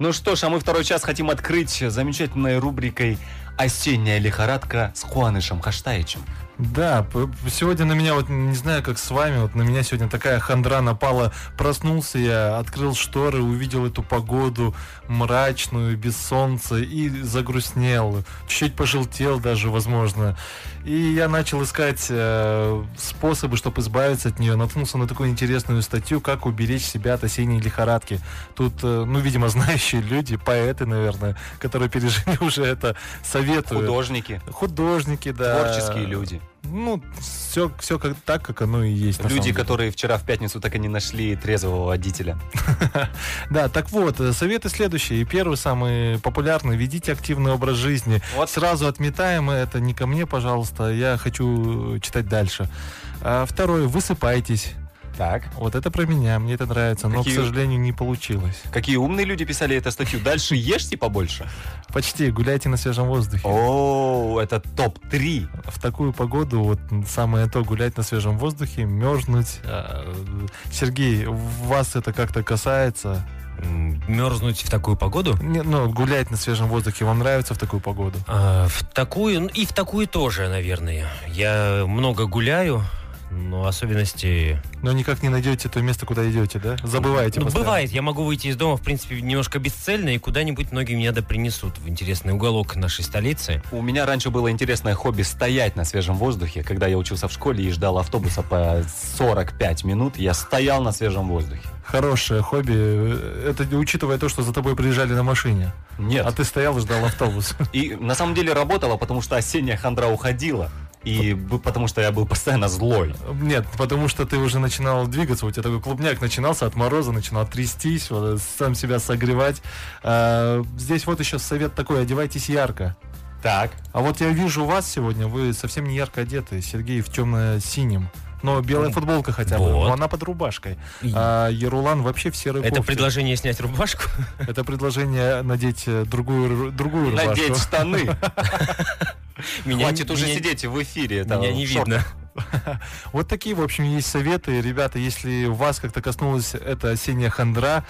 Speaker 3: Ну что ж, а мы второй час хотим открыть замечательной рубрикой «Осенняя лихорадка» с Куанышем Хаштаевичем.
Speaker 5: Да, п- п- сегодня на меня, вот не знаю, как с вами, вот на меня сегодня такая хандра напала. Проснулся я, открыл шторы, увидел эту погоду мрачную, без солнца, и загрустнел. Чуть-чуть пожелтел даже, возможно. И я начал искать э, способы, чтобы избавиться от нее. Наткнулся на такую интересную статью, как уберечь себя от осенней лихорадки. Тут, э, ну, видимо, знающие люди, поэты, наверное, которые пережили уже это, советуют.
Speaker 3: Художники,
Speaker 5: Художники, Э, да.
Speaker 3: творческие люди.
Speaker 5: Ну, все, все как, так, как оно и есть. на самом
Speaker 3: Люди,
Speaker 5: деле.
Speaker 3: которые вчера в пятницу так и не нашли трезвого водителя.
Speaker 5: Да, так вот, э, советы следующие. И первый, самый популярный, ведите активный образ жизни.
Speaker 3: Вот.
Speaker 5: Сразу отметаем это, не ко мне, пожалуйста, я хочу э, читать дальше. А, второй, высыпайтесь.
Speaker 3: Так.
Speaker 5: Вот это про меня, мне это нравится, но,
Speaker 3: Какие-
Speaker 5: к сожалению, не получилось.
Speaker 3: Какие умные люди писали эту статью. Дальше ешьте побольше.
Speaker 5: Почти, гуляйте на свежем воздухе.
Speaker 3: О, это топ-3.
Speaker 5: В такую погоду вот самое то гулять на свежем воздухе, мерзнуть. А, э, Сергей, вас это как-то касается?
Speaker 4: М, Мерзнуть в такую погоду?
Speaker 5: Не, ну, гулять на свежем воздухе вам нравится в такую погоду?
Speaker 4: А, В такую, ну, и в такую тоже, наверное. Я много гуляю, но особенности...
Speaker 5: Но никак не найдете то место, куда идете, да? Забываете
Speaker 4: Ну,
Speaker 5: постоянно.
Speaker 4: бывает, я могу выйти из дома, в принципе, немножко бесцельно, и куда-нибудь ноги меня да принесут в интересный уголок нашей столицы.
Speaker 3: У меня раньше было интересное хобби стоять на свежем воздухе. Когда я учился в школе и ждал автобуса по 45 минут, я стоял на свежем воздухе.
Speaker 5: Хорошее хобби. э, Это не учитывая то, что за тобой приезжали на машине.
Speaker 3: Нет.
Speaker 5: А ты стоял и ждал автобус.
Speaker 3: И на самом деле работало, потому что осенняя хандра уходила. И б- потому что я был постоянно злой.
Speaker 5: Нет, потому что ты уже начинал двигаться, у тебя такой клубняк начинался от мороза, начинал трястись, вот, э, сам себя согревать. А, здесь вот еще совет такой, одевайтесь ярко.
Speaker 3: Так.
Speaker 5: А вот я вижу вас сегодня, вы совсем не ярко одеты, Сергей в темно-синем. Но белая футболка хотя бы,
Speaker 4: Вот.
Speaker 5: но она под рубашкой.
Speaker 4: И-
Speaker 5: А Ерулан вообще в серой
Speaker 4: Это
Speaker 5: кофте.
Speaker 4: предложение снять рубашку?
Speaker 5: Это предложение надеть э, другую, ру- другую рубашку.
Speaker 3: Надеть штаны.
Speaker 4: Меня-
Speaker 3: Хватит уже
Speaker 4: меня-
Speaker 3: сидеть в эфире. это
Speaker 4: Меня не
Speaker 3: в
Speaker 4: видно.
Speaker 5: Вот такие, в общем, есть советы. Ребята, если вас как-то коснулась эта осенняя хандра,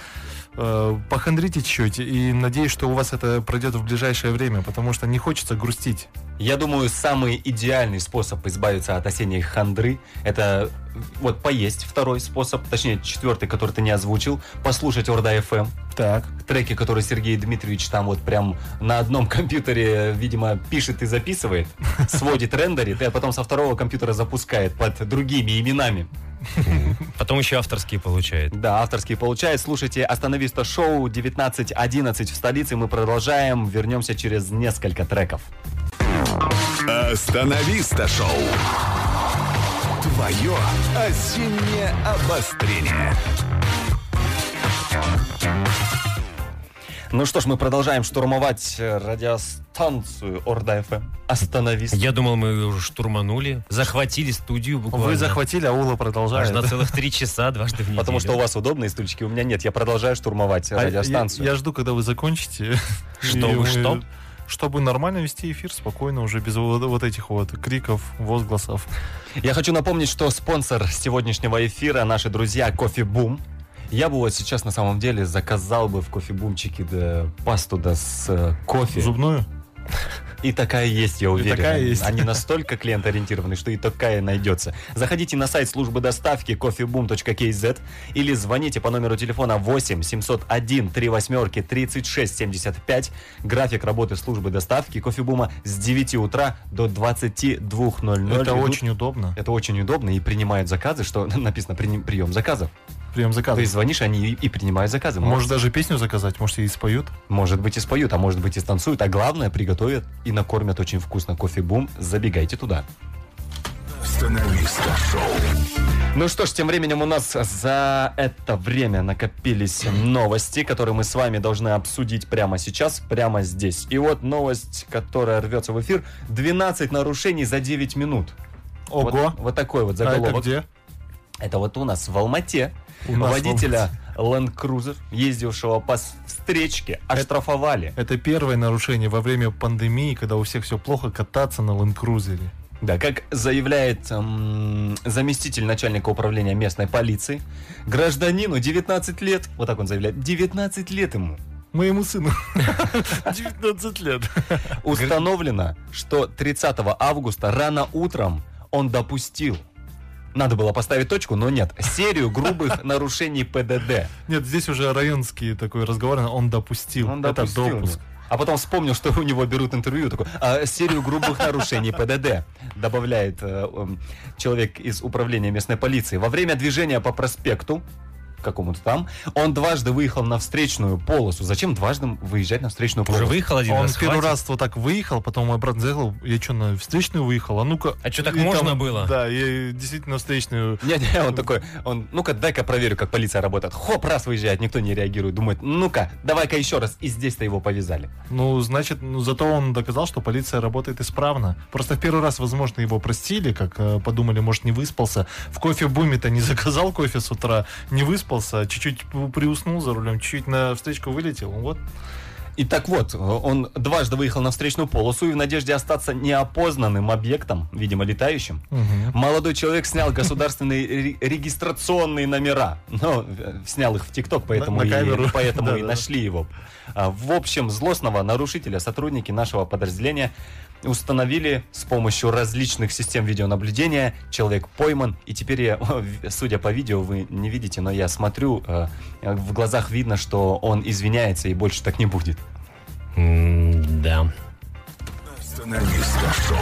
Speaker 5: э, похандрите чуть-чуть. И надеюсь, что у вас это пройдет в ближайшее время, потому что не хочется грустить.
Speaker 3: Я думаю, самый идеальный способ избавиться от осенней хандры – это э, вот поесть второй способ, точнее четвертый, который ты не озвучил, послушать Орда ФМ,
Speaker 5: Так.
Speaker 3: треки, которые Сергей Дмитриевич там вот прям на одном компьютере, видимо, пишет и записывает, сводит, рендерит, и потом со второго компьютера запускает под другими именами.
Speaker 4: Потом еще авторские получает.
Speaker 3: Да, авторские получает. Слушайте «Остановиста шоу» 19.11 в столице. Мы продолжаем, вернемся через несколько треков.
Speaker 2: Остановиста шоу. Твое осеннее обострение.
Speaker 3: Ну что ж, мы продолжаем штурмовать э, радиостанцию Орда ФМ. Остановись.
Speaker 4: Я думал, мы уже штурманули, захватили студию буквально.
Speaker 5: Вы захватили, а Ула
Speaker 4: Аж
Speaker 5: продолжает.
Speaker 4: на целых три часа дважды в неделю.
Speaker 3: Потому что у вас удобные стульчики, у меня нет. Я продолжаю штурмовать
Speaker 5: А я-
Speaker 3: радиостанцию.
Speaker 5: Я, жду, когда вы закончите.
Speaker 4: Что
Speaker 5: И
Speaker 4: вы что?
Speaker 5: чтобы нормально вести эфир, спокойно, уже без вот, вот этих вот криков, возгласов.
Speaker 3: Я хочу напомнить, что спонсор сегодняшнего эфира наши друзья Кофе Бум. Я бы вот сейчас на самом деле заказал бы в кофебумчике да, пасту да с э, кофе.
Speaker 5: Зубную?
Speaker 3: И такая есть, я уверен.
Speaker 5: такая есть.
Speaker 3: Они настолько клиент-ориентированы, что и такая найдется. Заходите на сайт службы доставки coffeeboom.kz или звоните по номеру телефона 8 701 3 восьмерки 36 75. График работы службы доставки кофебума с 9 утра до 22.00.
Speaker 5: Это
Speaker 3: Идут-
Speaker 5: очень удобно.
Speaker 3: это очень удобно и принимают заказы, что написано при- прием заказов.
Speaker 5: Прям заказ.
Speaker 3: Ты звонишь, они и- и принимают заказы.
Speaker 5: Может даже песню заказать, может и споют.
Speaker 3: Может быть и споют, а может быть и станцуют, а главное приготовят и накормят очень вкусно кофе-бум. Забегайте туда.
Speaker 2: Остановиста шоу.
Speaker 3: Ну что ж, тем временем у нас за это время накопились новости, которые мы с вами должны обсудить прямо сейчас, прямо здесь. И вот новость, которая рвется в эфир. 12 нарушений за 9 минут. Вот-
Speaker 5: Ого!
Speaker 3: Вот, такой вот
Speaker 5: а это
Speaker 3: заголовок.
Speaker 5: где?
Speaker 3: Это вот у нас в Алмате
Speaker 5: У нас в
Speaker 3: водителя Land Cruiser, ездившего по с- встречке, оштрафовали.
Speaker 5: Это первое нарушение во время пандемии, когда у всех все плохо, кататься на ленд-крузере.
Speaker 3: Да, как заявляет эм, заместитель начальника управления местной полиции, гражданину 19 лет, вот так он заявляет, 19 лет ему,
Speaker 5: Моему сыну 19 лет.
Speaker 3: установлено, что 30 августа рано утром он допустил, надо было поставить точку, но нет, серию грубых нарушений ПДД.
Speaker 5: Нет, здесь уже районский такой разговор, он допустил.
Speaker 3: Он
Speaker 5: это
Speaker 3: допустил,
Speaker 5: допуск.
Speaker 3: да. А потом вспомнил, что у него берут интервью. Такой, «А, серию грубых нарушений ПДД, добавляет э, эм, человек из управления местной полиции. Во время движения по проспекту, какому-то там, он дважды выехал на встречную полосу. Зачем дважды выезжать на встречную полосу?
Speaker 4: Уже выехал один
Speaker 5: Он
Speaker 4: раз,
Speaker 5: первый
Speaker 4: хватит.
Speaker 5: раз вот так выехал, потом мой брат заехал, я что, на встречную выехал? А ну-ка.
Speaker 4: А чё, так
Speaker 5: И там-
Speaker 4: можно было?
Speaker 5: Да, я действительно встречную.
Speaker 3: Не-не, он такой, он, ну-ка, дай-ка проверю, как полиция работает. Хоп, раз выезжает, никто не реагирует. Думает, ну-ка, давай-ка еще раз. И здесь-то его повязали.
Speaker 5: Ну, значит, ну, зато он доказал, что полиция работает исправно. Просто в первый раз, возможно, его простили, как э, подумали, может, не выспался. В кофе-буме-то не заказал кофе с утра, не выспался, чуть-чуть п- приуснул за рулем, чуть-чуть на встречку вылетел. Вот.
Speaker 3: И так вот, он дважды выехал на встречную полосу и в надежде остаться неопознанным объектом, видимо, летающим, Молодой человек снял государственные ре- регистрационные номера. Но э, снял их в ТикТок, поэтому,
Speaker 5: на
Speaker 3: и-
Speaker 5: камеру.
Speaker 3: поэтому и
Speaker 5: Да-да-да.
Speaker 3: нашли его. А, В общем, злостного нарушителя сотрудники нашего подразделения установили с помощью различных систем видеонаблюдения. Человек пойман. И теперь я, в- судя по видео, вы не видите, но я смотрю, э, в глазах видно, что он извиняется и больше так не будет.
Speaker 4: М, Да.
Speaker 2: Остановиста шоу.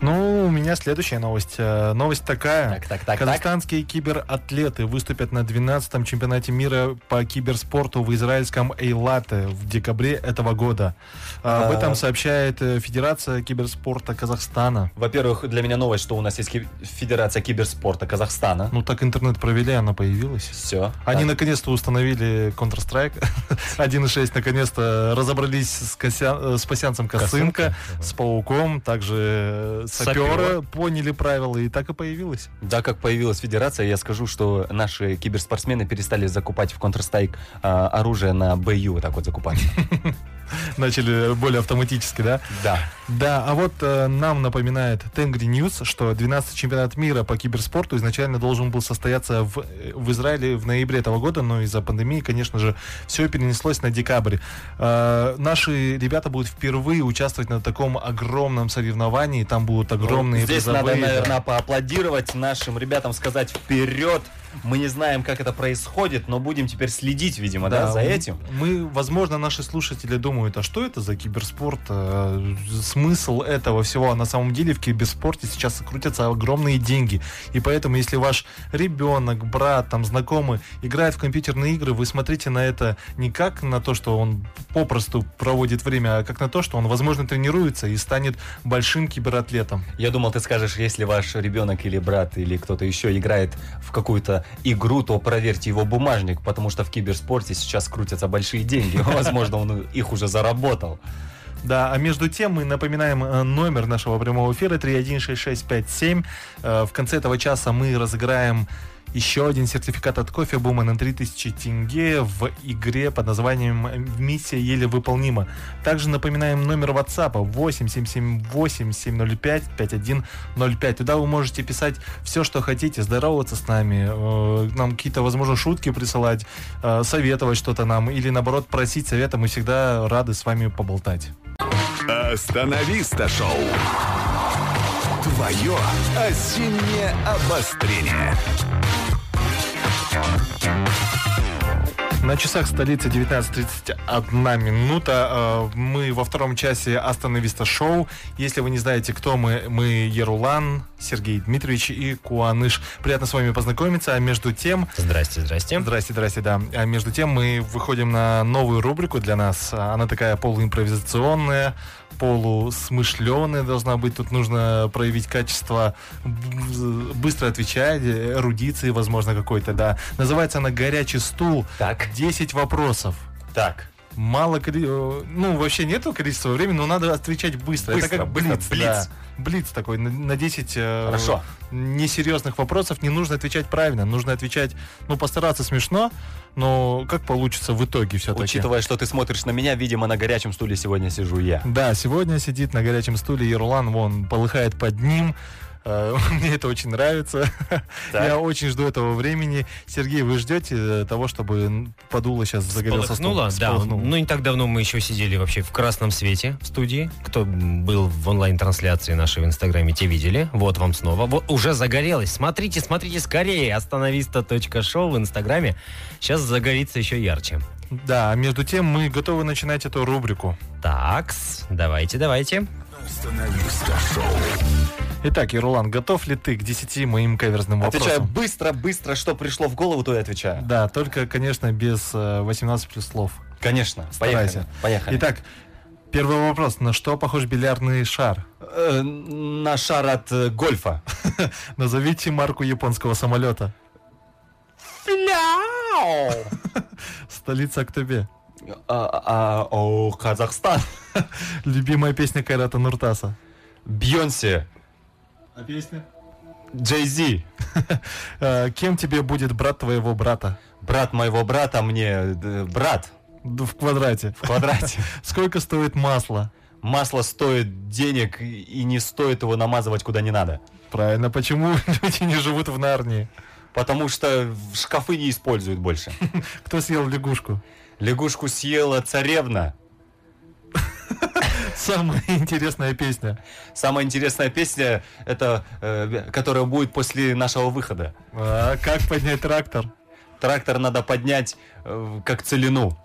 Speaker 5: Ну, у меня следующая новость. Э, Новость такая.
Speaker 3: Так, так, так, так.
Speaker 5: Казахстанские кибератлеты выступят на 12-м чемпионате мира по киберспорту в израильском Эйлате в декабре этого года. А, Об
Speaker 3: А.
Speaker 5: этом сообщает э, Федерация киберспорта Казахстана.
Speaker 3: Во-первых, для меня новость, что у нас есть ки- Федерация киберспорта Казахстана.
Speaker 5: Ну так интернет провели, она появилась.
Speaker 3: Все.
Speaker 5: Они наконец-то установили Counter-Strike 1.6, наконец-то разобрались с, Кося- э, с пасянцем Косынка, с Пауком, также э, Сапера,
Speaker 4: Сапёра.
Speaker 5: поняли правила и так и появилось.
Speaker 3: Да, как появилась федерация, я скажу, что наши киберспортсмены перестали закупать в Counter-Strike а, оружие на БЮ, вот так вот закупать.
Speaker 5: Начали более автоматически, да?
Speaker 3: Да.
Speaker 5: Да, а вот э, нам напоминает Тенгри Ньюс, что 12-й чемпионат мира по киберспорту изначально должен был состояться в, э, в Израиле в ноябре этого года, но из-за пандемии, конечно же, все перенеслось на декабрь. Э, наши ребята будут впервые участвовать на таком огромном соревновании, там будут огромные
Speaker 3: Ну, Здесь надо,
Speaker 5: призовые. да.
Speaker 3: наверное, поаплодировать нашим ребятам, сказать вперед. Мы не знаем, как это происходит, но будем теперь следить, видимо, да,
Speaker 5: Да,
Speaker 3: за
Speaker 5: мы-
Speaker 3: этим.
Speaker 5: Мы, возможно, наши слушатели думают, а что это за киберспорт? э, Смысл этого всего? А на самом деле в киберспорте сейчас крутятся огромные деньги. И поэтому, если ваш ребенок, брат, там, знакомый играет в компьютерные игры, вы смотрите на это не как на то, что он попросту проводит время, а как на то, что он, возможно, тренируется и станет большим кибератлетом.
Speaker 3: Я думал, ты скажешь, если ваш ребенок или брат или кто-то еще играет в какую-то игру, то проверьте его бумажник, потому что в киберспорте сейчас крутятся большие деньги. Возможно, он их уже заработал.
Speaker 5: Да, а между тем мы напоминаем э, номер нашего прямого эфира 316657. Э, В конце этого часа мы разыграем еще один сертификат от кофе Бума на 3000 тенге в игре под названием «Миссия еле выполнима». Также напоминаем номер WhatsApp 8778-705-5105. Туда вы можете писать все, что хотите, здороваться с нами, э, нам какие-то, возможно, шутки присылать, э, советовать что-то нам или, наоборот, просить совета. Мы всегда рады с вами поболтать.
Speaker 2: Остановиста шоу. Твое осеннее обострение.
Speaker 5: На часах столицы 19.31 минута. Э, Мы во втором часе Остановиста шоу. Если вы не знаете, кто мы, мы Ерулан, Сергей Дмитриевич и Куаныш. Приятно с вами познакомиться. А между тем,
Speaker 4: Здрасте, здрасте.
Speaker 5: Здрасте, здрасте, да. А между тем мы выходим на новую рубрику для нас. Она такая полуимпровизационная, полусмышленная должна быть. Тут нужно проявить качество б- быстро отвечать, эрудиции, возможно, какой-то, да. Называется она «Горячий стул».
Speaker 3: Так.
Speaker 5: 10 вопросов.
Speaker 3: Так.
Speaker 5: Мало, кри- э, ну, вообще нету количества времени, но надо отвечать быстро.
Speaker 3: Быстро,
Speaker 5: Это как
Speaker 3: быстро,
Speaker 5: блиц,
Speaker 3: блиц.
Speaker 5: да. Блиц такой, на, на 10 э,
Speaker 3: Хорошо.
Speaker 5: несерьезных вопросов не нужно отвечать правильно. Нужно отвечать, ну, постараться смешно, но как получится в итоге все-таки.
Speaker 3: Учитывая, что ты смотришь на меня, видимо, на горячем стуле сегодня сижу я.
Speaker 5: Да, сегодня сидит на горячем стуле Ерулан, вон, полыхает под ним. Э, Мне это очень нравится.
Speaker 3: Так.
Speaker 5: Я очень жду этого времени. Сергей, вы ждете э, того, чтобы н- подуло сейчас загорелся стул?
Speaker 4: Полыхнуло, да.
Speaker 5: Вспыхнул.
Speaker 4: Ну, не так давно мы еще сидели вообще в красном свете в студии. Кто был в онлайн-трансляции нашей в Инстаграме, те видели. Вот вам снова. Вот уже загорелось. Смотрите, смотрите скорее. Остановиста.шоу в Инстаграме. Сейчас загорится еще ярче.
Speaker 5: Да, а между тем мы готовы начинать эту рубрику.
Speaker 4: Такс, давайте, давайте.
Speaker 2: Остановиста шоу.
Speaker 5: Итак, Ерулан, готов ли ты к 10 моим каверзным вопросам?
Speaker 3: Отвечаю быстро, быстро, что пришло в голову, то и отвечаю.
Speaker 5: Да, только, конечно, без э, 18 плюс слов.
Speaker 3: Конечно.
Speaker 5: Старайся.
Speaker 3: Поехали. Поехали.
Speaker 5: Итак, первый вопрос. На что похож бильярдный шар?
Speaker 3: Э, на шар от э, гольфа.
Speaker 5: Назовите марку японского самолета.
Speaker 3: Фляу!
Speaker 5: Столица Актубе.
Speaker 3: А, а, О, Казахстан.
Speaker 5: Любимая песня Кайрата Нуртаса.
Speaker 3: Бьонсе.
Speaker 5: А песня?
Speaker 3: Джей Зи.
Speaker 5: Э, кем тебе будет брат твоего брата?
Speaker 3: Брат моего брата мне... э, Брат
Speaker 5: Д- В квадрате.
Speaker 3: в квадрате.
Speaker 5: Сколько стоит масло?
Speaker 3: Масло стоит денег, и и не стоит его намазывать куда не надо.
Speaker 5: Правильно, почему люди не живут в Нарнии?
Speaker 3: Потому что в шкафы не используют больше.
Speaker 5: Кто съел лягушку?
Speaker 3: Лягушку съела царевна.
Speaker 5: Самая интересная песня.
Speaker 3: Самая интересная песня, это, э, которая будет после нашего выхода.
Speaker 5: А, как поднять трактор?
Speaker 3: Трактор надо поднять э, как целину.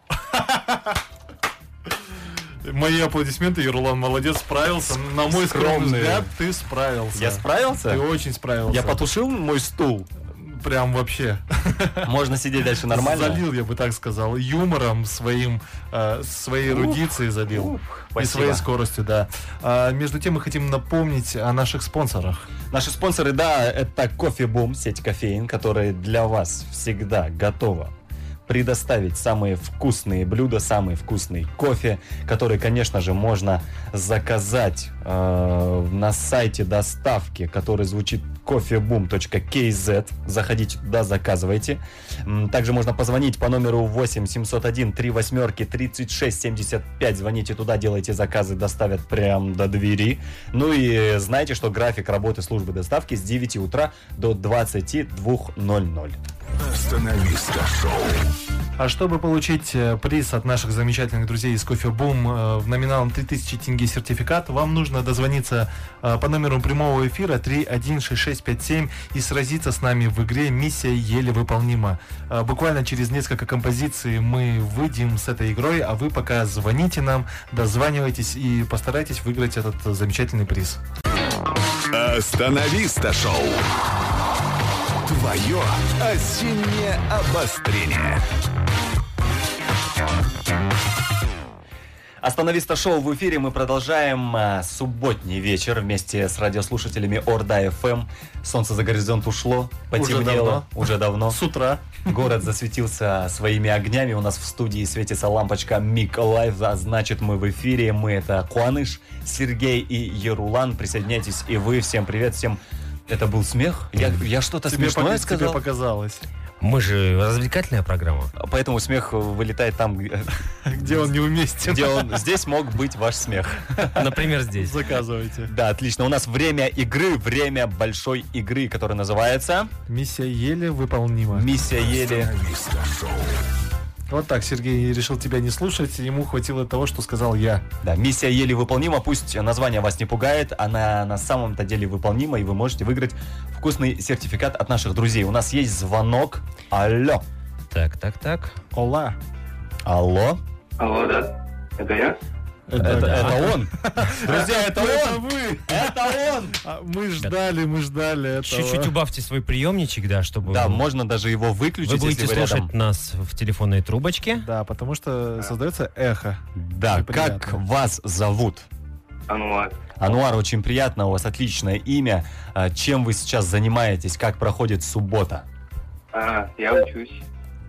Speaker 5: Мои аплодисменты, Ерулан, молодец, справился. На мой скромный
Speaker 3: скромные.
Speaker 5: взгляд, ты справился.
Speaker 3: Я
Speaker 5: Ты
Speaker 3: справился?
Speaker 5: очень справился.
Speaker 3: Я потушил мой стул.
Speaker 5: Прям вообще.
Speaker 3: Можно сидеть дальше нормально.
Speaker 5: Залил, я бы так сказал, юмором своим, э, своей эрудицией залил.
Speaker 3: ух,
Speaker 5: И
Speaker 3: спасибо.
Speaker 5: своей скоростью, да. А, между тем мы хотим напомнить о наших спонсорах.
Speaker 3: Наши спонсоры, да, это Кофе Бум, сеть кофеин, которая для вас всегда готова предоставить самые вкусные блюда, самый вкусный кофе, который, конечно же, можно заказать э, на сайте доставки, который звучит coffeeboom.kz. Заходите туда, заказывайте. М, Также можно позвонить по номеру 8 701 3 восьмерки 36 75. Звоните туда, делайте заказы, доставят прям до двери. Ну и знаете, что график работы службы доставки с 9 утра до 22.00.
Speaker 2: Остановиста шоу.
Speaker 5: А чтобы получить э, приз от наших замечательных друзей из Кофе Бум э, в номиналом 3000 тенге сертификат, вам нужно дозвониться э, по номеру прямого эфира 316657 и сразиться с нами в игре «Миссия еле выполнима». Э, Буквально через несколько композиций мы выйдем с этой игрой, а вы пока звоните нам, дозванивайтесь и постарайтесь выиграть этот э, замечательный приз.
Speaker 2: Остановиста шоу. Твое осеннее обострение.
Speaker 3: Остановиста шоу в эфире мы продолжаем а, субботний вечер вместе с радиослушателями Орда ФМ. Солнце за горизонт ушло, потемнело уже давно.
Speaker 5: С утра.
Speaker 3: Город засветился своими огнями. У нас в студии светится лампочка Мик Лайф, а значит мы в эфире. Мы это Куаныш, Сергей и Ерулан. Присоединяйтесь и вы. Всем привет, всем Это был смех? Я, я что-то
Speaker 5: Тебе,
Speaker 3: смешное
Speaker 5: пока- тебе
Speaker 3: сказал?
Speaker 5: показалось.
Speaker 4: Мы же развлекательная программа.
Speaker 3: Поэтому смех вылетает там, где
Speaker 5: Где он неуместен?
Speaker 3: где он... Здесь мог быть ваш смех.
Speaker 4: Например, здесь.
Speaker 5: Заказывайте.
Speaker 3: Да, отлично. У нас время игры, время большой игры, которая называется
Speaker 5: Миссия еле выполнима.
Speaker 3: «Миссия Ели».
Speaker 5: Вот так Сергей решил тебя не слушать, ему хватило того, что сказал я.
Speaker 3: Да, миссия еле выполнима, пусть название вас не пугает, она на самом-то деле выполнима, и вы можете выиграть вкусный сертификат от наших друзей. У нас есть звонок. Алло.
Speaker 4: Так, так, так.
Speaker 5: Ола.
Speaker 3: Алло.
Speaker 1: Алло, да? Это я?
Speaker 3: Это,
Speaker 5: да.
Speaker 3: это он. Друзья, это
Speaker 5: Это
Speaker 3: он.
Speaker 5: вы!
Speaker 3: Это он.
Speaker 5: А, Мы ждали, мы ждали этого.
Speaker 4: Чуть-чуть убавьте свой приемничек, да, чтобы
Speaker 3: Да,
Speaker 4: вы-
Speaker 3: можно даже его
Speaker 4: вы
Speaker 3: выключить, если
Speaker 4: будете
Speaker 3: вы рядом.
Speaker 4: слушать нас в телефонной трубочке.
Speaker 5: Да, потому что создается эхо.
Speaker 3: Да, как
Speaker 5: Неприятно.
Speaker 3: вас зовут?
Speaker 1: Ануар.
Speaker 3: Ануар, очень приятно, у вас отличное имя. А, Чем вы сейчас занимаетесь? Как проходит суббота?
Speaker 1: А, я учусь.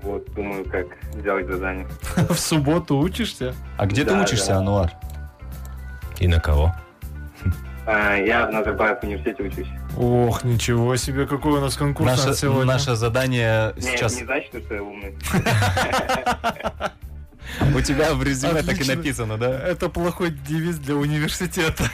Speaker 1: Вот, думаю, как сделать задание.
Speaker 5: В субботу учишься?
Speaker 3: А где ты
Speaker 1: Да,
Speaker 3: учишься,
Speaker 1: да.
Speaker 3: Ануар?
Speaker 4: И на кого?
Speaker 1: А, я в Назарбаев университете учусь.
Speaker 5: Ох, ничего себе, какой у нас конкурс
Speaker 3: Наше,
Speaker 5: сегодня.
Speaker 3: наше задание
Speaker 1: Не,
Speaker 3: сейчас...
Speaker 1: это не значит, что я умный.
Speaker 3: У тебя в резюме так и
Speaker 5: Отлично.
Speaker 3: написано, да?
Speaker 5: Это плохой девиз для университета.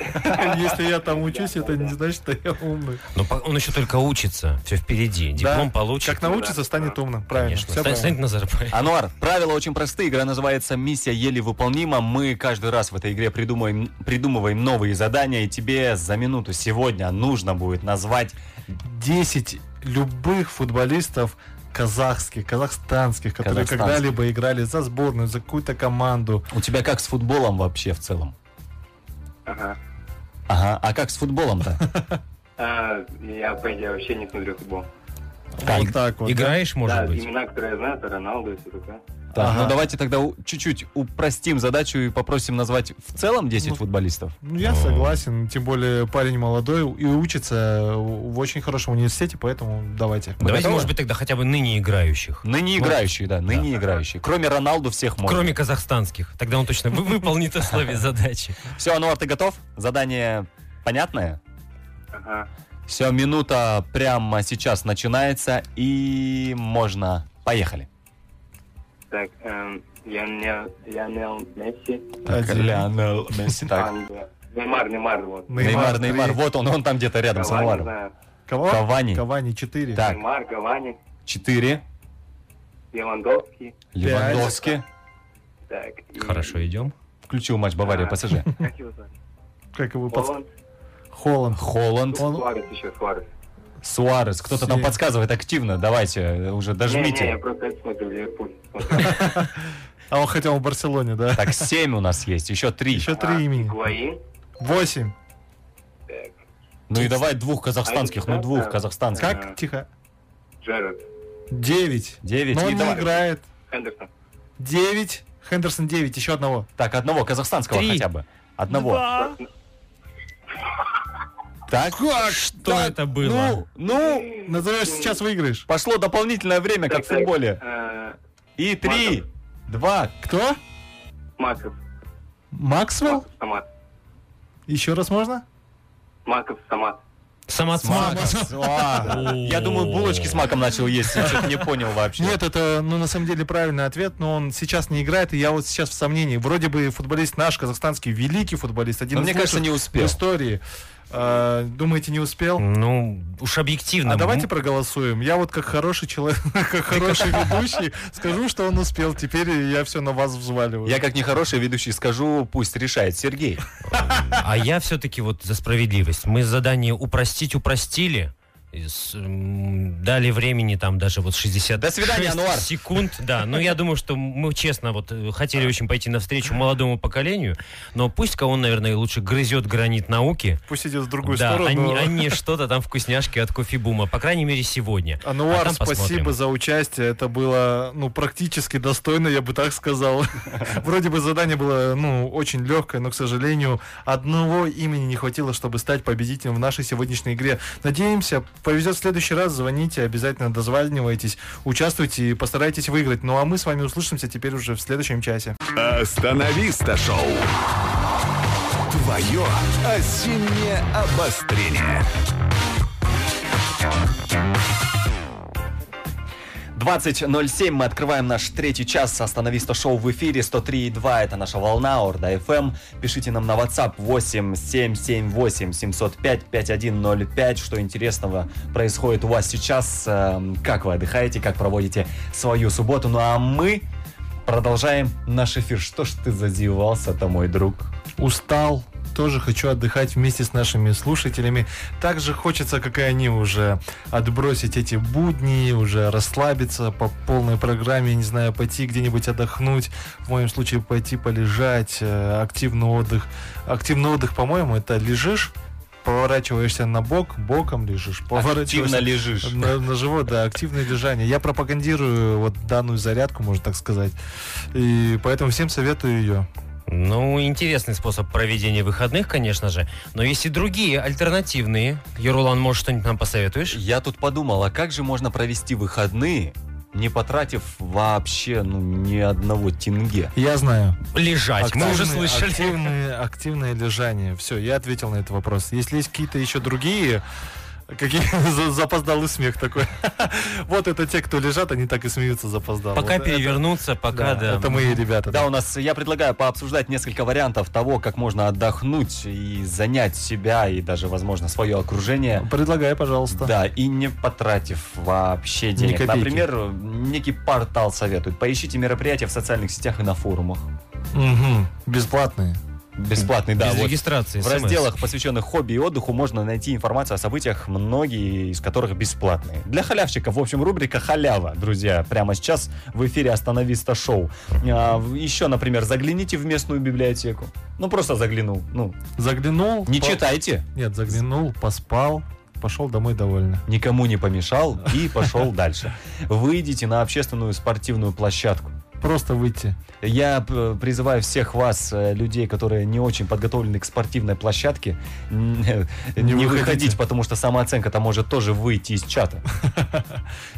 Speaker 5: Если я там учусь, это не значит, что я умный.
Speaker 4: Но Ну, по- он еще только учится, все впереди. Диплом
Speaker 5: Да,
Speaker 4: получит.
Speaker 5: Как научится, станет умным. Правильно.
Speaker 4: Конечно.
Speaker 5: всё
Speaker 4: Станет,
Speaker 5: правильно.
Speaker 4: станет Назарбаев.
Speaker 3: Ануар, правила очень простые. Игра называется «Миссия еле выполнима». Мы каждый раз в этой игре придумаем, придумываем новые задания, и тебе за минуту сегодня нужно будет назвать...
Speaker 5: 10 любых футболистов казахских, казахстанских, которые
Speaker 3: Казахстанских.
Speaker 5: когда-либо играли за сборную, за какую-то команду.
Speaker 3: У тебя как с футболом вообще в целом?
Speaker 1: Ага.
Speaker 3: Ага, а как с футболом-то?
Speaker 1: А, я, по идее, вообще не смотрю футбол.
Speaker 3: Так,
Speaker 5: Вот так вот.
Speaker 4: Играешь, может
Speaker 1: да,
Speaker 4: быть?
Speaker 1: имена, которые я знаю, это Роналду и все такое.
Speaker 3: Так, ну
Speaker 5: Ага.
Speaker 3: давайте тогда у- чуть-чуть упростим задачу и попросим назвать в целом 10
Speaker 5: Ну.
Speaker 3: футболистов.
Speaker 5: Ну, я согласен, тем более парень молодой и учится в очень хорошем университете, поэтому давайте.
Speaker 3: Вы
Speaker 4: Давайте,
Speaker 3: готовы?
Speaker 4: может быть, тогда хотя бы ныне играющих.
Speaker 3: Ныне играющие, Ну, да, ныне играющие. Кроме Роналду всех можно.
Speaker 4: Кроме казахстанских. Тогда он точно вы- выполнит условия задачи.
Speaker 3: Все, Ануар, ну, а ты готов? Задание понятное?
Speaker 1: Ага.
Speaker 3: Все, минута прямо сейчас начинается, и можно. Поехали.
Speaker 1: Так, эм, Лионел, Лионел Месси.
Speaker 5: Один.
Speaker 3: Леонел Месси, так.
Speaker 1: А, да. Неймар, Неймар, вот.
Speaker 3: Неймар,
Speaker 5: три.
Speaker 3: Неймар, вот он, он там где-то рядом с
Speaker 1: Кавани,
Speaker 3: Ануаром.
Speaker 1: знаю.
Speaker 5: Кого?
Speaker 3: Кавани.
Speaker 5: Кавани 4.
Speaker 3: Так,
Speaker 1: Неймар, Гавани,
Speaker 3: четыре.
Speaker 1: Левандовский.
Speaker 3: Левандовски.
Speaker 1: Так, и-
Speaker 4: Хорошо, идем.
Speaker 3: Включил матч Бавария
Speaker 1: Да.
Speaker 3: ПСЖ.
Speaker 1: Как его зовут?
Speaker 5: Как его под...
Speaker 1: Холланд,
Speaker 3: Холланд,
Speaker 5: Холланд.
Speaker 1: Суарес еще, Суарес.
Speaker 3: Суарес. Кто-то там
Speaker 5: Семь.
Speaker 3: подсказывает активно. Давайте, э,
Speaker 1: Не, не,
Speaker 3: уже
Speaker 1: я
Speaker 3: дожмите.
Speaker 1: просто это смотрю, Ливерпуль. Смотрю.
Speaker 5: А он хотел в Барселоне, да?
Speaker 3: Так, семь у нас есть, еще три.
Speaker 5: Еще
Speaker 1: А,
Speaker 5: три имени.
Speaker 1: Гуаин.
Speaker 5: 8.
Speaker 1: Так,
Speaker 3: Ну и давай двух казахстанских,
Speaker 1: А
Speaker 3: ну двух казахстанских.
Speaker 5: Как? Тихо.
Speaker 1: Джерард.
Speaker 5: 9.
Speaker 3: Девять.
Speaker 5: Но
Speaker 3: И
Speaker 5: он не
Speaker 3: давай.
Speaker 5: играет.
Speaker 1: Хендерсон.
Speaker 5: 9. Хендерсон 9. Еще одного.
Speaker 3: Так, одного казахстанского
Speaker 4: Три.
Speaker 3: хотя бы. Одного. Так.
Speaker 4: Что это было?
Speaker 3: Ну, ну,
Speaker 5: Назовешь, сейчас выиграешь.
Speaker 3: пошло дополнительное время, как в
Speaker 1: Так, так,
Speaker 3: футболе.
Speaker 1: э,
Speaker 3: И три, два.
Speaker 5: Кто?
Speaker 1: Маков.
Speaker 5: Максвелл?
Speaker 1: Маков Самат.
Speaker 5: Еще раз можно?
Speaker 1: Маков Самат.
Speaker 4: Самоцвет.
Speaker 3: Макс. А, Я думаю, булочки с маком начал есть. Я что-то не понял вообще.
Speaker 5: Нет, это, ну, на самом деле, правильный ответ, но он сейчас не играет, и я вот сейчас в сомнении. Вроде бы футболист наш, казахстанский, великий футболист, один
Speaker 3: Но
Speaker 5: из
Speaker 3: мне
Speaker 5: лучших
Speaker 3: кажется, не
Speaker 5: в
Speaker 3: успел.
Speaker 5: истории. А, думаете, не успел?
Speaker 4: Ну, уж объективно.
Speaker 5: А давайте проголосуем. Я вот как хороший человек, как хороший ведущий, скажу, что он успел. Теперь я все на вас взваливаю.
Speaker 3: Я как нехороший ведущий скажу, пусть решает Сергей.
Speaker 4: А я все-таки вот за справедливость. Мы задание упростить упростили. И с- м, дали времени там даже вот 60
Speaker 3: До свидания, Ануар.
Speaker 4: секунд. Да, но я думаю, что мы честно вот э, хотели очень пойти навстречу молодому поколению, но пусть-ка он, наверное, лучше грызет гранит науки.
Speaker 5: Пусть идет в другую
Speaker 4: да,
Speaker 5: сторону.
Speaker 4: они, что-то там вкусняшки от кофебума, по крайней мере сегодня.
Speaker 5: Ануар,
Speaker 4: А там
Speaker 5: ну, спасибо
Speaker 4: посмотрим.
Speaker 5: за участие. Это было, ну, практически достойно, я бы так сказал. Вроде бы задание было, ну, очень легкое, но, к сожалению, одного имени не хватило, чтобы стать победителем в нашей сегодняшней игре. Надеемся, повезет в следующий раз. Звоните, обязательно дозванивайтесь, участвуйте и постарайтесь выиграть. Ну, а мы с вами услышимся теперь уже в следующем часе.
Speaker 2: Остановиста шоу. Твое осеннее обострение.
Speaker 3: 20.07 мы открываем наш третий час «Остановиста шоу» в эфире 103.2. Это наша волна, Орда FM. Пишите нам на WhatsApp 8778 705 5105, что интересного происходит у вас сейчас, эм, как вы отдыхаете, как проводите свою субботу. Ну а мы продолжаем наш эфир. Что ж ты задевался-то, мой друг?
Speaker 5: Устал, тоже хочу отдыхать вместе с нашими слушателями. Также хочется, как и они, уже отбросить эти будни, уже расслабиться по полной программе, не знаю, пойти где-нибудь отдохнуть, в моем случае пойти полежать, э, активный отдых. Активный отдых, по-моему, это лежишь, поворачиваешься на бок, боком лежишь,
Speaker 3: Активно
Speaker 5: поворачиваешься
Speaker 3: лежишь.
Speaker 5: на, на живот, да, активное лежание. Я пропагандирую вот данную зарядку, можно так сказать. И поэтому всем советую ее.
Speaker 4: Ну, интересный способ проведения выходных, конечно же. Но есть и другие, альтернативные. Ерулан, может, что-нибудь нам посоветуешь?
Speaker 3: Я тут подумал, а как же можно провести выходные, не потратив вообще ну, ни одного тенге?
Speaker 5: Я знаю.
Speaker 4: Лежать, мы А уже
Speaker 5: Активное-
Speaker 4: слышали.
Speaker 5: Активное, активное лежание. Все, я ответил на этот вопрос. Если есть какие-то еще другие, какие за- запоздалый смех такой. Вот это те, кто лежат, они так и смеются запоздал.
Speaker 4: Пока
Speaker 5: Вот это-
Speaker 4: перевернуться, пока,
Speaker 5: да,
Speaker 4: да.
Speaker 5: Это мои ребята.
Speaker 3: Да,
Speaker 5: да.
Speaker 3: у нас, я предлагаю пообсуждать несколько вариантов того, как можно отдохнуть и занять себя и даже, возможно, свое окружение.
Speaker 5: Предлагай, пожалуйста.
Speaker 3: Да, и не потратив вообще денег.
Speaker 5: копейки.
Speaker 3: Например, некий портал советует. Поищите мероприятия в социальных сетях и на форумах.
Speaker 5: Мгм. Бесплатные.
Speaker 3: Бесплатный, да.
Speaker 4: Без
Speaker 3: вот.
Speaker 4: регистрации,
Speaker 3: В
Speaker 4: SMS.
Speaker 3: разделах, посвященных хобби и отдыху, можно найти информацию о событиях, многие из которых бесплатные. Для халявщиков, в общем, рубрика «Халява», друзья, прямо сейчас в эфире «Остановиста шоу». А, в- еще, например, загляните в местную библиотеку. Ну, просто заглянул. Ну,
Speaker 5: Заглянул.
Speaker 3: не
Speaker 5: по-
Speaker 3: читайте,
Speaker 5: Нет, заглянул, поспал, пошел домой довольно.
Speaker 3: никому не помешал и пошел дальше. Выйдите на общественную спортивную площадку.
Speaker 5: Просто выйти.
Speaker 3: Я э, призываю всех вас, э, людей, которые не очень подготовлены к спортивной площадке, н- э, не,
Speaker 5: Не выходите.
Speaker 3: выходить, потому что самооценка-то может тоже выйти из чата.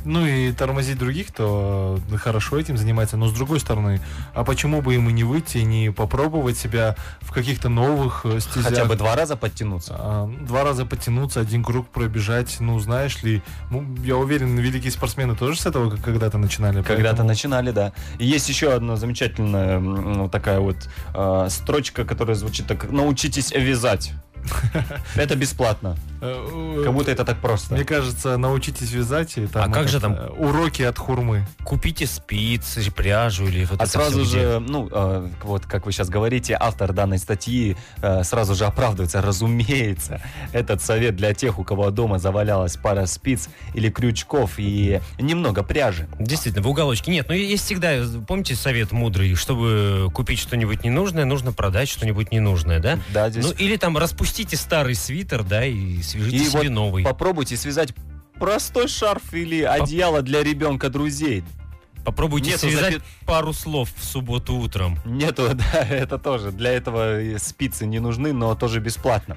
Speaker 5: Ну и тормозить других, кто э, хорошо этим занимается. Но с другой стороны, а почему бы им и не выйти, и не попробовать себя в каких-то новых э, стезях?
Speaker 3: Хотя бы два раза подтянуться.
Speaker 5: А, Два раза потянуться, один круг пробежать. Ну, знаешь ли, ну, я уверен, великие спортсмены тоже с этого к- когда-то начинали.
Speaker 3: Когда-то
Speaker 5: поэтому-
Speaker 3: начинали, да. И есть еще одна замечательная м, ну, такая вот э, строчка, которая звучит так: научитесь вязать. Это бесплатно.
Speaker 5: Э, э,
Speaker 3: Как будто это так просто.
Speaker 5: Мне кажется, научитесь вязать. И
Speaker 4: А как же там?
Speaker 5: э, Уроки от хурмы.
Speaker 4: Купите спицы, пряжу или вот
Speaker 3: А
Speaker 4: это
Speaker 3: сразу
Speaker 4: всё где.
Speaker 3: же, ну, э, вот как вы сейчас говорите, автор данной статьи э, сразу же оправдывается. Разумеется, этот совет для тех, у кого дома завалялась пара спиц или крючков и немного пряжи.
Speaker 4: Действительно, в уголочке. Нет, ну есть всегда, помните совет мудрый, чтобы купить что-нибудь ненужное, нужно продать что-нибудь ненужное, да?
Speaker 3: Да, здесь
Speaker 4: Ну или там распустите старый свитер, да, и свяжите
Speaker 3: И
Speaker 4: себе
Speaker 3: вот
Speaker 4: новый.
Speaker 3: Попробуйте связать простой шарф или одеяло для ребенка друзей.
Speaker 4: Попробуйте
Speaker 3: Нету
Speaker 4: связать
Speaker 3: запи-
Speaker 4: пару слов в субботу утром.
Speaker 3: Нету, да, это тоже. Для этого и спицы не нужны, но тоже бесплатно.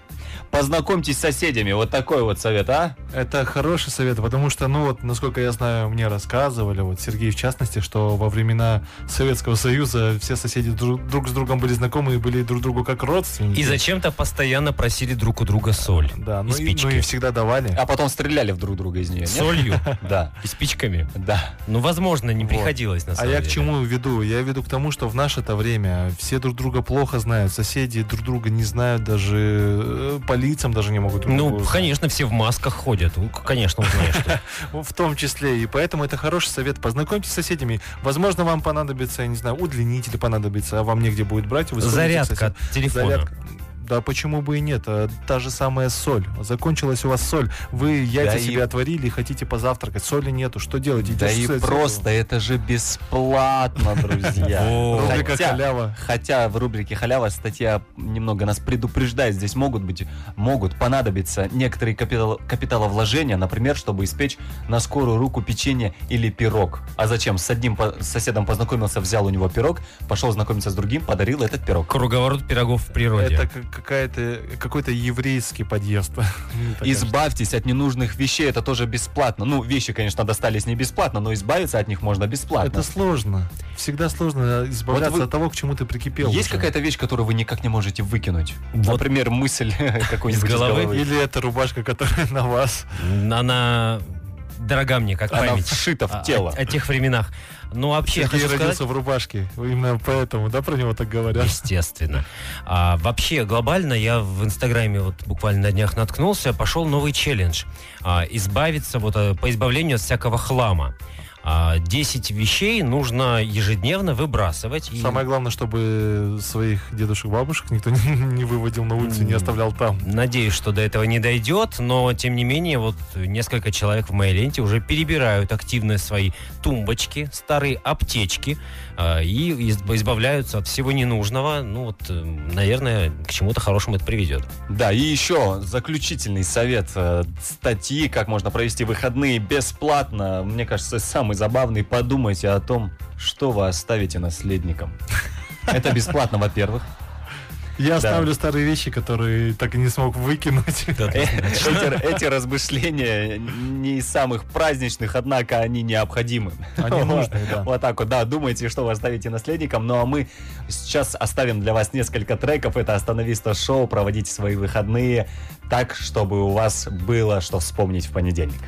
Speaker 3: Познакомьтесь с соседями. Вот такой вот совет, а?
Speaker 5: Это хороший совет, потому что, ну вот, насколько я знаю, мне рассказывали, вот Сергей в частности, что во времена Советского Союза все соседи друг, друг с другом были знакомы и были друг другу как родственники.
Speaker 4: И зачем-то постоянно просили друг у друга соль.
Speaker 5: Да,
Speaker 4: И
Speaker 5: ну и, ну
Speaker 4: спички.
Speaker 5: и всегда давали.
Speaker 3: А потом стреляли в друг друга из нее. Нет?
Speaker 4: Солью
Speaker 3: Да,
Speaker 4: и спичками.
Speaker 3: да.
Speaker 4: Ну, возможно, не
Speaker 5: Вот.
Speaker 4: приходилось на
Speaker 5: А
Speaker 4: самом
Speaker 5: я к
Speaker 4: деле.
Speaker 5: чему веду? Я веду к тому, что в наше-то время все друг друга плохо знают, соседи друг друга не знают, даже э, по лицам даже не могут. друг друга
Speaker 4: Ну,
Speaker 5: узнать.
Speaker 4: конечно, все в масках ходят. Ну, к- Конечно, узнаешь. что.
Speaker 5: В том числе. И поэтому это хороший совет. Познакомьтесь с соседями. Возможно, вам понадобится, я не знаю, удлинитель понадобится, а вам негде будет брать. Вы сходите к
Speaker 4: Зарядка
Speaker 5: соседу.
Speaker 4: от телефона.
Speaker 5: Зарядка. Да почему бы и нет? Э, Та же самая соль. Закончилась у вас соль. Вы яйца
Speaker 3: Да и-
Speaker 5: себе отварили и хотите позавтракать. Соли нету. Что делать?
Speaker 3: да
Speaker 5: Идёшь
Speaker 3: и
Speaker 5: с этим.
Speaker 3: просто это же бесплатно, друзья.
Speaker 4: Во.
Speaker 5: Рубрика
Speaker 3: Хотя-
Speaker 5: Ну, халява.
Speaker 3: Хотя в рубрике «Халява» статья немного нас предупреждает. Здесь могут быть, могут понадобиться некоторые капитал- капиталовложения, например, чтобы испечь на скорую руку печенье или пирог. А зачем? С одним по- с соседом познакомился, взял у него пирог, пошел знакомиться с другим, подарил этот пирог.
Speaker 4: Круговорот пирогов в природе.
Speaker 5: Это как какая-то, какой-то еврейский подъезд. Мне так кажется.
Speaker 3: Избавьтесь от ненужных вещей, это тоже бесплатно. Ну, вещи, конечно, достались не бесплатно, но избавиться от них можно бесплатно.
Speaker 5: Это сложно. Всегда сложно избавляться
Speaker 3: Вот вы-
Speaker 5: от того, к чему ты прикипел.
Speaker 3: Есть
Speaker 5: уже.
Speaker 3: какая-то вещь, которую вы никак не можете выкинуть?
Speaker 4: Вот.
Speaker 3: Например, мысль какой-нибудь
Speaker 4: Из
Speaker 3: из
Speaker 4: головы?
Speaker 3: головы.
Speaker 5: Или это рубашка, которая на вас.
Speaker 4: Она дорога мне, как
Speaker 3: Она
Speaker 4: память. А,
Speaker 3: вшита
Speaker 4: О-
Speaker 3: в тело.
Speaker 4: О, тех временах. Ну, вообще, я
Speaker 5: Сергей
Speaker 4: хочу
Speaker 5: родился
Speaker 4: сказать...
Speaker 5: в рубашке. Именно поэтому, да, про него так говорят?
Speaker 4: Естественно. А вообще, глобально я в Инстаграме вот буквально на днях наткнулся, пошел новый челлендж. А, избавиться, вот э, по избавлению от всякого хлама. А, 10 вещей нужно ежедневно выбрасывать. И-
Speaker 5: Самое главное, чтобы своих дедушек, бабушек никто не, не выводил на улицу, не
Speaker 4: М.
Speaker 5: оставлял там.
Speaker 4: Надеюсь, что до этого не дойдет, но тем не менее, вот несколько человек в моей ленте уже перебирают активно свои тумбочки, старые аптечки э, и из- избавляются от всего ненужного. Ну вот, э, наверное, к чему-то хорошему это приведет.
Speaker 3: Да, и еще заключительный совет э, статьи, как можно провести выходные бесплатно. Мне кажется, самый забавный. Подумайте о том, что вы оставите наследникам. Это бесплатно, во-первых.
Speaker 5: Я
Speaker 3: Да.
Speaker 5: оставлю старые вещи, которые так и не смог выкинуть.
Speaker 3: Э, Эти, эти размышления не из самых праздничных, однако они необходимы.
Speaker 5: Они нужны, да.
Speaker 3: Вот так вот, да, думайте, что вы оставите наследникам. Ну а мы сейчас оставим для вас несколько треков. Это «Остановиста шоу». Проводите свои выходные так, чтобы у вас было что вспомнить в понедельник.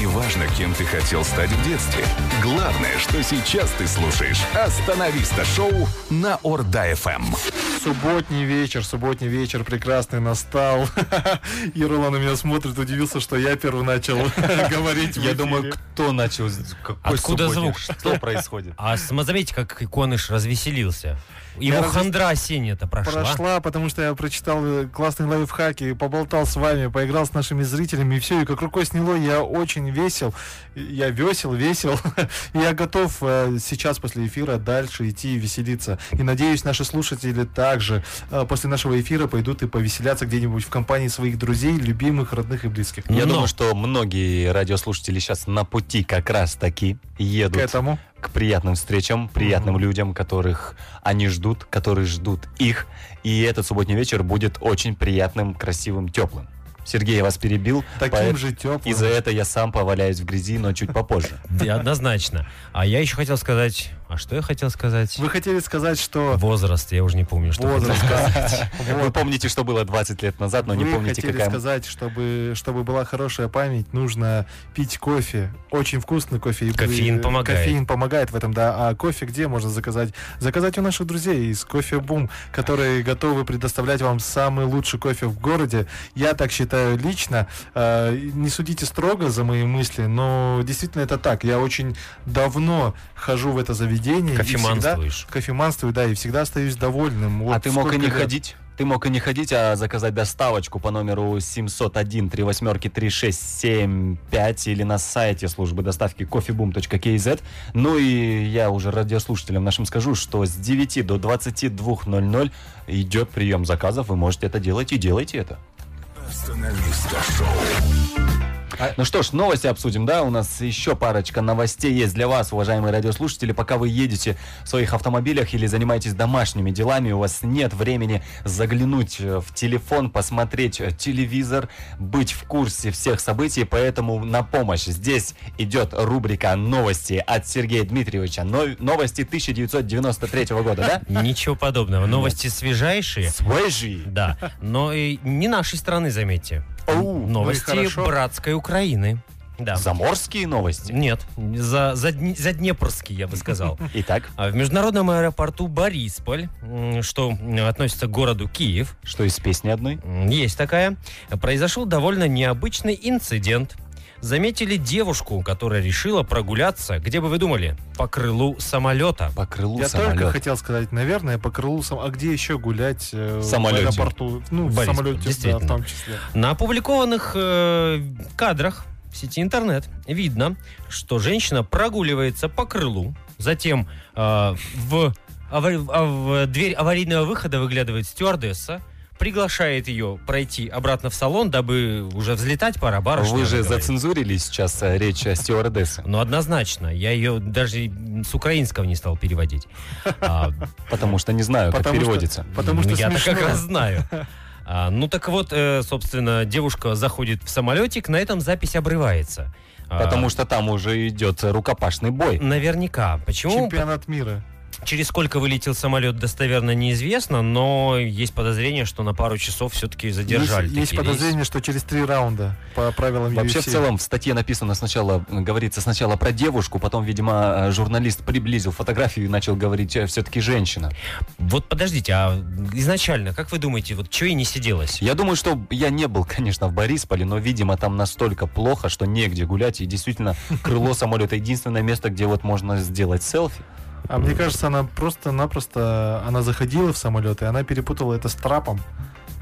Speaker 2: Неважно, кем ты хотел стать в детстве. Главное, что сейчас ты слушаешь «Остановиста шоу» на Орда-ФМ.
Speaker 5: Субботний вечер, субботний вечер прекрасный настал. И Ролан на меня смотрит, удивился, что я первый начал говорить. в
Speaker 3: Я
Speaker 5: эфире.
Speaker 3: думаю, кто начал? с- Какой
Speaker 4: Откуда
Speaker 3: субботник?
Speaker 4: звук?
Speaker 3: Что происходит?
Speaker 4: А см- заметьте, как Иконыш развеселился. Его
Speaker 5: разве-
Speaker 4: хандра осенняя-то прошла.
Speaker 5: прошла, потому что я прочитал э, классные лайфхаки, поболтал с вами, поиграл с нашими зрителями, и все, и как рукой сняло, я очень весел, я весел, весел, и я готов э, сейчас после эфира дальше идти и веселиться. И надеюсь, наши слушатели также э, после нашего эфира пойдут и повеселятся где-нибудь в компании своих друзей, любимых, родных и близких.
Speaker 3: Я
Speaker 4: Но.
Speaker 3: думаю, что многие радиослушатели сейчас на пути как раз таки едут.
Speaker 5: К этому.
Speaker 3: к приятным встречам, приятным людям, которых они ждут, которые ждут их. И этот субботний вечер будет очень приятным, красивым, теплым. Сергей, я вас перебил.
Speaker 5: Таким
Speaker 3: поэт-
Speaker 5: же теплым.
Speaker 3: И за это я сам поваляюсь в грязи, но чуть попозже.
Speaker 4: Да, Однозначно. А я еще хотел сказать... А что я хотел сказать?
Speaker 5: Вы хотели сказать, что
Speaker 4: Возраст, я уже не помню, что хотел
Speaker 5: возраст.
Speaker 3: Вы помните, что было 20 лет назад, но не
Speaker 5: Вы
Speaker 3: помните,
Speaker 5: хотели
Speaker 3: какая...
Speaker 5: сказать, чтобы, чтобы была хорошая память, нужно пить кофе. Очень вкусный кофе. И
Speaker 4: Кофеин
Speaker 5: э,
Speaker 4: помогает.
Speaker 5: Кофеин помогает в этом, да. А кофе где можно заказать? Заказать у наших друзей из Кофе Бум, которые готовы предоставлять вам самый лучший кофе в городе. Я так считаю лично. Э, Не судите строго за мои мысли, но действительно это так. Я очень давно хожу в это заведение. и
Speaker 4: Кофеманствуешь.
Speaker 5: всегда- Кофеманствую, да, и всегда остаюсь довольным.
Speaker 3: А
Speaker 5: Вот
Speaker 3: ты мог и
Speaker 5: сколько
Speaker 3: не
Speaker 5: лет.
Speaker 3: ходить? Ты мог и не ходить, а заказать доставочку по номеру 701 три восьмерки 3675 или на сайте службы доставки coffeeboom.kz. Ну и я уже радиослушателям нашим скажу, что с 9 до 22.00 идет прием заказов. Вы можете это делать и делайте это.
Speaker 2: «Остановиста шоу».
Speaker 3: Ну что ж, новости обсудим, да? У нас еще парочка новостей есть для вас, уважаемые радиослушатели. Пока вы едете в своих автомобилях или занимаетесь домашними делами, у вас нет времени заглянуть э, в телефон, посмотреть э, телевизор, быть в курсе всех событий, поэтому на помощь здесь идет рубрика «Новости» от Сергея Дмитриевича. Но- Новости 1993 года, да?
Speaker 4: Ничего подобного. Новости свежайшие.
Speaker 3: Свежие.
Speaker 4: Да, но и не нашей страны, заметьте.
Speaker 3: Оу,
Speaker 4: Новости
Speaker 5: ну и хорошо.
Speaker 4: братской Украины. Да.
Speaker 3: Заморские новости.
Speaker 4: Нет, за, за, Дни- за Днепрский, я бы сказал.
Speaker 3: Итак,
Speaker 4: А В международном аэропорту Борисполь, м, что м, относится к городу Киев,
Speaker 3: что из песни одной?
Speaker 4: м, есть такая, произошел довольно необычный инцидент. Заметили девушку, которая решила прогуляться, где бы вы думали, по крылу самолета.
Speaker 3: По крылу
Speaker 5: Я только
Speaker 3: самолета.
Speaker 5: хотел сказать, наверное, по крылу сам... А где еще гулять? э,
Speaker 3: В самолете.
Speaker 5: В аэропорту. Ну, в
Speaker 4: Борисполь,
Speaker 5: самолете, да,
Speaker 4: действительно. Ну,
Speaker 5: в том числе.
Speaker 4: На опубликованных э, кадрах в сети интернет видно, что женщина прогуливается по крылу, затем э, в, авари- а в дверь аварийного выхода выглядывает стюардесса, приглашает ее пройти обратно в салон, дабы уже взлетать пора, барышня.
Speaker 3: Вы
Speaker 4: она
Speaker 3: же
Speaker 4: говорит.
Speaker 3: зацензурили сейчас э, речь э, стюардессы,
Speaker 4: Ну, однозначно. Я ее даже с украинского не стал переводить. А,
Speaker 3: потому что не знаю, как
Speaker 5: Потому что-
Speaker 3: переводится.
Speaker 5: Потому что
Speaker 4: ну, я-то
Speaker 5: смешно.
Speaker 4: как раз знаю. А, ну, так вот, э, собственно, девушка заходит в самолетик, на этом запись обрывается. А,
Speaker 3: Потому что там уже идет рукопашный бой.
Speaker 4: Наверняка. Почему?
Speaker 5: Чемпионат мира.
Speaker 4: Через сколько вылетел самолет, достоверно неизвестно, но есть подозрение, что на пару часов все-таки задержали.
Speaker 5: Есть, есть
Speaker 4: такие
Speaker 5: подозрение, что через три раунда по правилам
Speaker 3: Вообще, в
Speaker 5: UFC.
Speaker 3: целом, в статье написано сначала, м, говорится сначала про девушку, потом, видимо, э, журналист приблизил фотографию и начал говорить, все-таки женщина.
Speaker 4: рейсы. Вот подождите, а изначально, как вы думаете, вот что и не сиделось?
Speaker 3: Я думаю, что я не был, конечно, в Борисполе, но, видимо, там настолько плохо, что негде гулять. И действительно, крыло самолета единственное место, где вот можно сделать селфи.
Speaker 5: А мне кажется, она просто-напросто она заходила в самолет, и она перепутала это с трапом.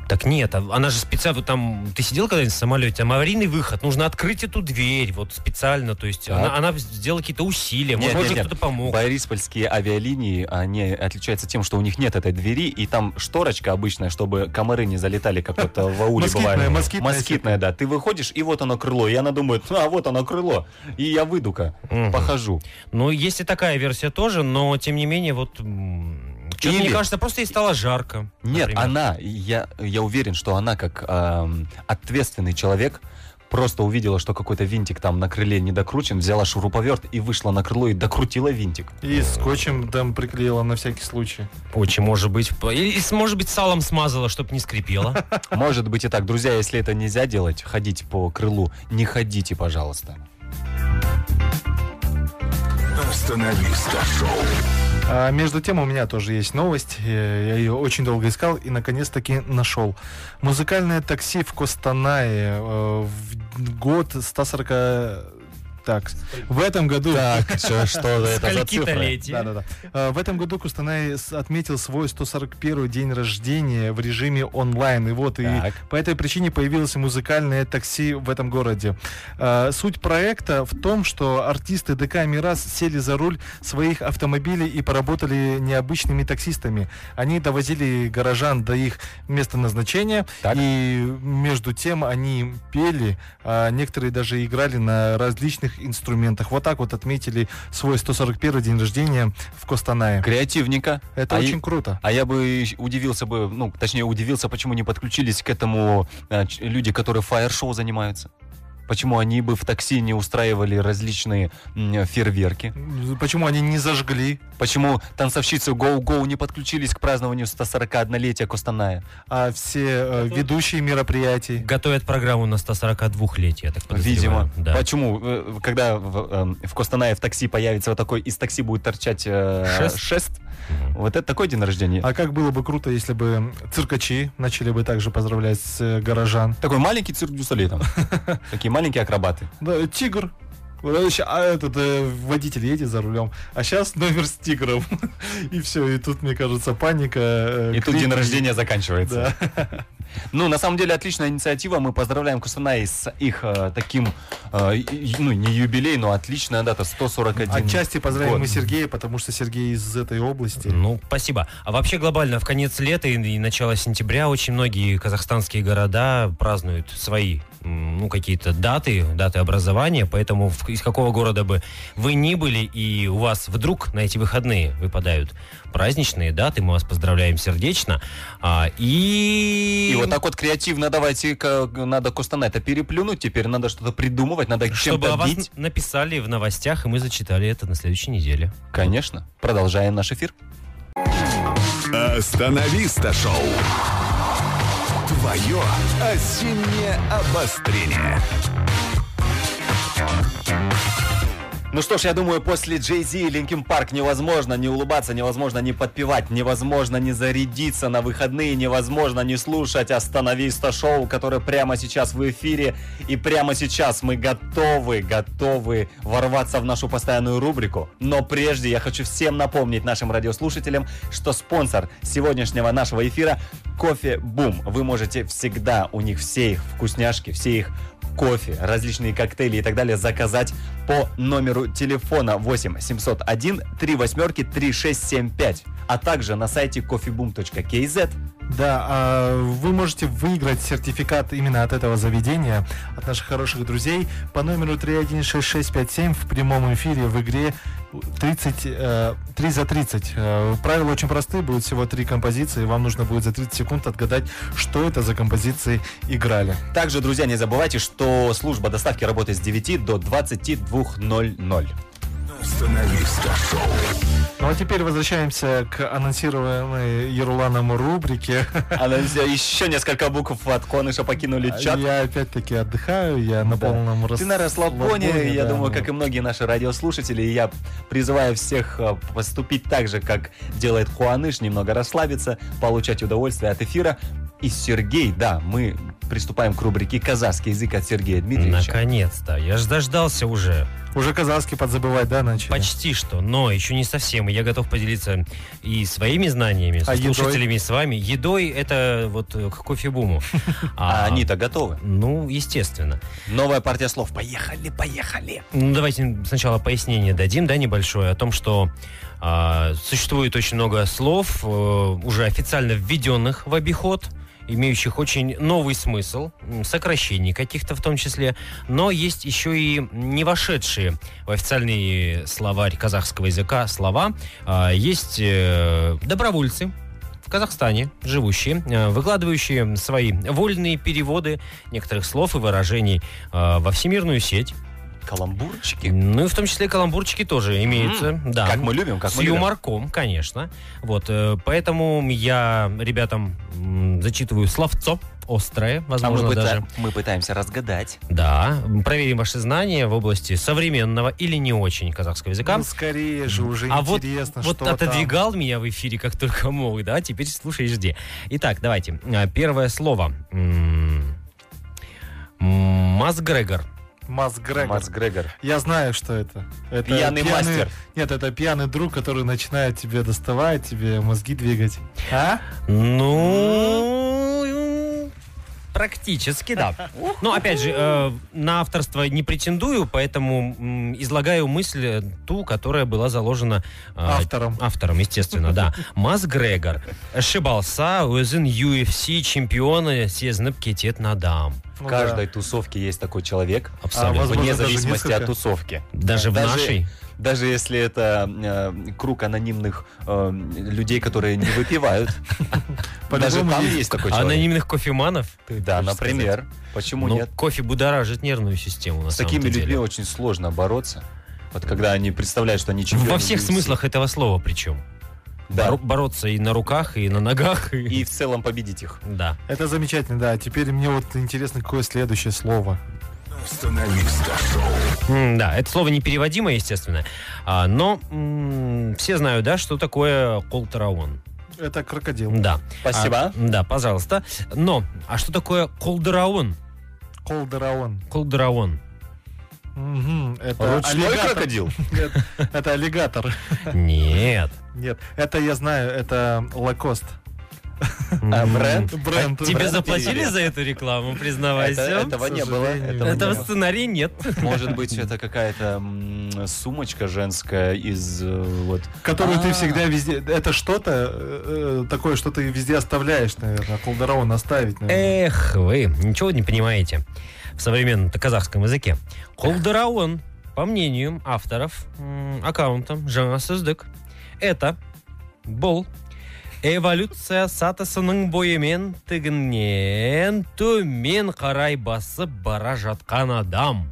Speaker 4: Так нет, а- она же специально, вот там, ты сидел когда-нибудь в самолете, там аварийный выход, нужно открыть эту дверь, вот специально, то есть
Speaker 3: Так.
Speaker 4: она, она сделала какие-то усилия,
Speaker 3: Нет,
Speaker 4: может,
Speaker 3: нет,
Speaker 4: ей
Speaker 3: нет.
Speaker 4: кто-то помог.
Speaker 3: Бориспольские авиалинии, они отличаются тем, что у них нет этой двери, и там шторочка обычная, чтобы комары не залетали, как вот э, в ауле
Speaker 5: Москитная,
Speaker 3: бывает.
Speaker 5: москитная
Speaker 3: Москитная, да. Ты выходишь, и вот оно крыло. И она думает, «Ну, а вот оно крыло. И я выйду-ка,
Speaker 4: Мгм.
Speaker 3: похожу.
Speaker 4: Ну, есть и такая версия тоже, но, тем не менее, вот... м, чё-то, мне
Speaker 3: Или-
Speaker 4: кажется, просто ей стало жарко.
Speaker 3: Нет,
Speaker 4: например.
Speaker 3: она, я, я уверен, что она как эм, ответственный человек просто увидела, что какой-то винтик там на крыле не докручен, взяла шуруповерт и вышла на крыло и докрутила винтик.
Speaker 5: И скотчем там приклеила на всякий случай.
Speaker 4: Очень, может быть. п- Или, с- может быть, салом смазала, чтобы не скрипела.
Speaker 3: Может быть и так, друзья, если это нельзя делать, ходить по крылу, не ходите, пожалуйста.
Speaker 2: Остановиста шоу.
Speaker 5: А между тем у меня тоже есть новость. Э, Я ее очень долго искал и наконец-таки нашел. Музыкальное такси в Костанае э, в год 140... Так, в этом году...
Speaker 3: Так, что, это за
Speaker 4: Скольки-то
Speaker 3: цифры?
Speaker 4: летие.
Speaker 5: Да-да-да. Э, В этом году Кустанай с- отметил свой 141 день рождения в режиме онлайн. И вот,
Speaker 3: Так.
Speaker 5: и по этой причине появилось и музыкальное такси в этом городе. Э, Суть проекта в том, что артисты ДК «Мирас» сели за руль своих автомобилей и поработали необычными таксистами. Они довозили горожан до их места назначения,
Speaker 3: Так.
Speaker 5: и между тем они пели, а некоторые даже играли на различных инструментах. Вот так вот отметили свой 141 день рождения в Костанае.
Speaker 3: Креативника.
Speaker 5: Это
Speaker 3: А
Speaker 5: очень
Speaker 3: и-
Speaker 5: круто.
Speaker 3: А я бы ещё удивился бы, ну, точнее, удивился, почему не подключились к этому э, ч- люди, которые фаер-шоу занимаются. Почему они бы в такси не устраивали различные м, фейерверки?
Speaker 5: Почему они не зажгли?
Speaker 3: Почему танцовщицы Go-Go не подключились к празднованию 141-летия Костаная?
Speaker 5: а все э, ведущие мероприятий.
Speaker 4: Готовят программу на 142 лет, я так подозреваю.
Speaker 3: Видимо.
Speaker 4: Да.
Speaker 3: Почему? э, Когда в, эм, в Костанае в такси появится вот такой, из такси будет торчать э,
Speaker 4: Шест? Мгм.
Speaker 3: Вот это такой день рождения.
Speaker 5: А как было бы круто, если бы циркачи начали бы также поздравлять э, горожан.
Speaker 3: Такой маленький цирк дю Солей там. Такие маленькие акробаты.
Speaker 5: Да, тигр. Вот это ща- А этот э, водитель едет за рулем, а сейчас номер с тигром. И все, и тут, мне кажется, паника. э,
Speaker 3: И тут
Speaker 5: крики.
Speaker 3: день рождения заканчивается.
Speaker 5: Да.
Speaker 3: Ну, на самом деле, отличная инициатива. Мы поздравляем Кустанай с их э, таким, э, ю- ну, не юбилей, но отличная дата, 141
Speaker 5: Отчасти поздравим
Speaker 3: год.
Speaker 5: мы Сергея, потому что Сергей из этой области.
Speaker 4: Ну, спасибо. А вообще глобально в конец лета и, и начало сентября очень многие казахстанские города празднуют свои м, ну, какие-то даты, даты образования, поэтому в- из какого города бы вы ни были, и у вас вдруг на эти выходные выпадают праздничные даты, мы вас поздравляем сердечно. А, и...
Speaker 3: И вот так вот креативно давайте, ка- надо Кустанай это переплюнуть, теперь надо что-то придумывать, надо
Speaker 4: чтобы о
Speaker 3: чем-то
Speaker 4: вас
Speaker 3: бить.
Speaker 4: н- написали в новостях, и мы зачитали это на следующей неделе.
Speaker 3: Конечно. Продолжаем наш эфир.
Speaker 2: Остановиста шоу. Твое осеннее обострение.
Speaker 3: Ну что ж, я думаю, после Джей Зи и Линкин Парк невозможно не улыбаться, невозможно не подпевать, невозможно не зарядиться на выходные, невозможно не слушать «Остановиста» шоу, которое прямо сейчас в эфире. И прямо сейчас мы готовы, готовы ворваться в нашу постоянную рубрику. Но прежде я хочу всем напомнить нашим радиослушателям, что спонсор сегодняшнего нашего эфира – Кофе Бум. Вы можете всегда у них все их вкусняшки, все их кофе, различные коктейли и так далее заказать по номеру телефона 8 701 3 восьмерки 3675, а также на сайте coffeeboom.kz
Speaker 5: Да, а, вы можете выиграть сертификат именно от этого заведения, от наших хороших друзей по номеру 316657 в прямом эфире в игре 30, э, 3 за 30. Э, Правила очень просты, будет всего три композиции, вам нужно будет за 30 секунд отгадать, что это за композиции играли.
Speaker 3: Также, друзья, не забывайте, что служба доставки работает с 9 до 22.00.
Speaker 2: Остановиста шоу.
Speaker 5: Ну а теперь возвращаемся к анонсированной Еруланом рубрике.
Speaker 3: Она взяла еще несколько букв от Коныша покинули чат.
Speaker 5: Я опять-таки отдыхаю, я на
Speaker 3: Да.
Speaker 5: полном
Speaker 3: Ты на расслабоне, я
Speaker 5: да,
Speaker 3: думаю,
Speaker 5: ну.
Speaker 3: как и многие наши радиослушатели, и я призываю всех э, поступить так же, как делает Куаныш, немного расслабиться, получать удовольствие от эфира. И Сергей, да, мы приступаем к рубрике «Казахский язык» от Сергея Дмитриевича.
Speaker 4: Наконец-то. Я ж дождался уже.
Speaker 5: Уже казахский подзабывать, да, начали?
Speaker 4: Почти что, но еще не совсем. И Я готов поделиться и своими знаниями, со
Speaker 5: А едой?
Speaker 4: слушателями, и с вами. Едой это вот э, к кофебуму.
Speaker 3: А
Speaker 4: А,
Speaker 3: они-то готовы.
Speaker 4: Ну, естественно.
Speaker 3: Новая партия слов. Поехали, поехали.
Speaker 4: Ну, давайте сначала пояснение дадим, да, небольшое, о том, что а, существует очень много слов, э, уже официально введенных в обиход, имеющих очень новый смысл, м, сокращений каких-то в том числе, но есть еще и не вошедшие в официальный словарь казахского языка слова. А, есть э, добровольцы, в Казахстане живущие, э, выкладывающие свои вольные переводы некоторых слов и выражений э, во всемирную сеть.
Speaker 3: Каламбурчики.
Speaker 4: Ну и в том числе каламбурчики тоже имеются, да.
Speaker 3: Как мы любим, как
Speaker 4: с
Speaker 3: мы любим.
Speaker 4: юморком, конечно. Вот, э, поэтому я ребятам м, зачитываю словцо острое,
Speaker 3: А мы,
Speaker 4: возможно,
Speaker 3: пыта-
Speaker 4: даже.
Speaker 3: мы пытаемся разгадать.
Speaker 4: Да, М, проверим ваши знания в области современного или не очень казахского языка.
Speaker 5: Ну, скорее же, уже
Speaker 4: А вот,
Speaker 5: интересно,
Speaker 4: вот
Speaker 5: что там.
Speaker 4: отодвигал меня в эфире как только мог, да? Теперь слушай и жди. Итак, давайте. А, Первое слово. М, Мазгрегор.
Speaker 5: Мас Грегор.
Speaker 3: Марс Грегор.
Speaker 5: Я знаю, что это. это
Speaker 3: Пьяный мастер.
Speaker 5: Нет, это пьяный друг, который начинает тебе доставать, тебе мозги двигать. А?
Speaker 4: Ну, практически, да. Но, опять же, э, на авторство не претендую, поэтому м, излагаю мысль э, ту, которая была заложена э,
Speaker 5: Автором.
Speaker 4: Автором, естественно, да. Мас Грегор. Шибалса, өзін UFC чемпионы, сезініп кететін адам.
Speaker 5: Ну
Speaker 3: В
Speaker 5: да. А,
Speaker 3: каждой тусовке есть такой человек,
Speaker 4: Абсолютно.
Speaker 5: возможно,
Speaker 3: вне
Speaker 5: даже
Speaker 3: зависимости
Speaker 5: несколько.
Speaker 3: от тусовки.
Speaker 4: Даже в
Speaker 3: А, Даже-
Speaker 4: нашей?
Speaker 3: Даже если это э, круг анонимных э, людей, которые не выпивают. Даже
Speaker 5: По-любому
Speaker 3: там
Speaker 5: есть.
Speaker 3: есть такой человек.
Speaker 4: Анонимных кофеманов? ты
Speaker 3: Да,
Speaker 4: хочешь сказать?
Speaker 3: например. Почему
Speaker 4: Ну,
Speaker 3: нет?
Speaker 4: кофе будоражит нервную систему, на
Speaker 3: С
Speaker 4: самом-то
Speaker 3: такими людьми
Speaker 4: деле.
Speaker 3: очень сложно бороться. Вот когда они представляют, что они чемпионы.
Speaker 4: Во всех
Speaker 3: UFC.
Speaker 4: смыслах этого слова причем.
Speaker 3: Да.
Speaker 4: Боро- бороться и на руках, и на ногах.
Speaker 3: И в целом победить их.
Speaker 4: Да.
Speaker 5: Это замечательно, да. Теперь мне вот интересно, какое следующее слово.
Speaker 2: Остановиста шоу.
Speaker 4: М, Да, это слово непереводимое, естественно. А, но м, все знают, да, что такое колдераон.
Speaker 5: Это крокодил.
Speaker 4: Да.
Speaker 3: Спасибо.
Speaker 4: А, да, пожалуйста. Но, а что такое колдераон?
Speaker 5: Колдераон.
Speaker 4: Колдераон.
Speaker 5: Мгм, Это
Speaker 3: Ручной
Speaker 5: аллигатор.
Speaker 3: крокодил.
Speaker 5: Нет, Это аллигатор.
Speaker 4: Нет.
Speaker 5: Нет, это я знаю, это лакост.
Speaker 3: А
Speaker 4: М,
Speaker 3: бренд?
Speaker 5: Бренд.
Speaker 4: Тебе
Speaker 3: Бренд
Speaker 4: заплатили
Speaker 3: перевели.
Speaker 4: за эту рекламу,
Speaker 3: Это-
Speaker 4: признавайся.
Speaker 3: Этого
Speaker 5: К
Speaker 3: не было.
Speaker 5: сожалению,
Speaker 3: этого
Speaker 5: нет.
Speaker 4: Этого
Speaker 3: не
Speaker 4: в
Speaker 3: было.
Speaker 4: сценарии нет.
Speaker 3: Может быть, это какая-то м, сумочка женская из э, вот.
Speaker 5: Которую ты
Speaker 3: А.
Speaker 5: всегда везде... Это что-то э, э, такое, что ты везде оставляешь, наверное. Колдераон оставить, наверное.
Speaker 4: Эх, вы ничего не понимаете в современном казахском языке. Колдыраон, по мнению авторов м, аккаунта жаңа сөздік, это бұл эволюция сатысының бойымен тігінен төмен қарай басып бара жатқан адам.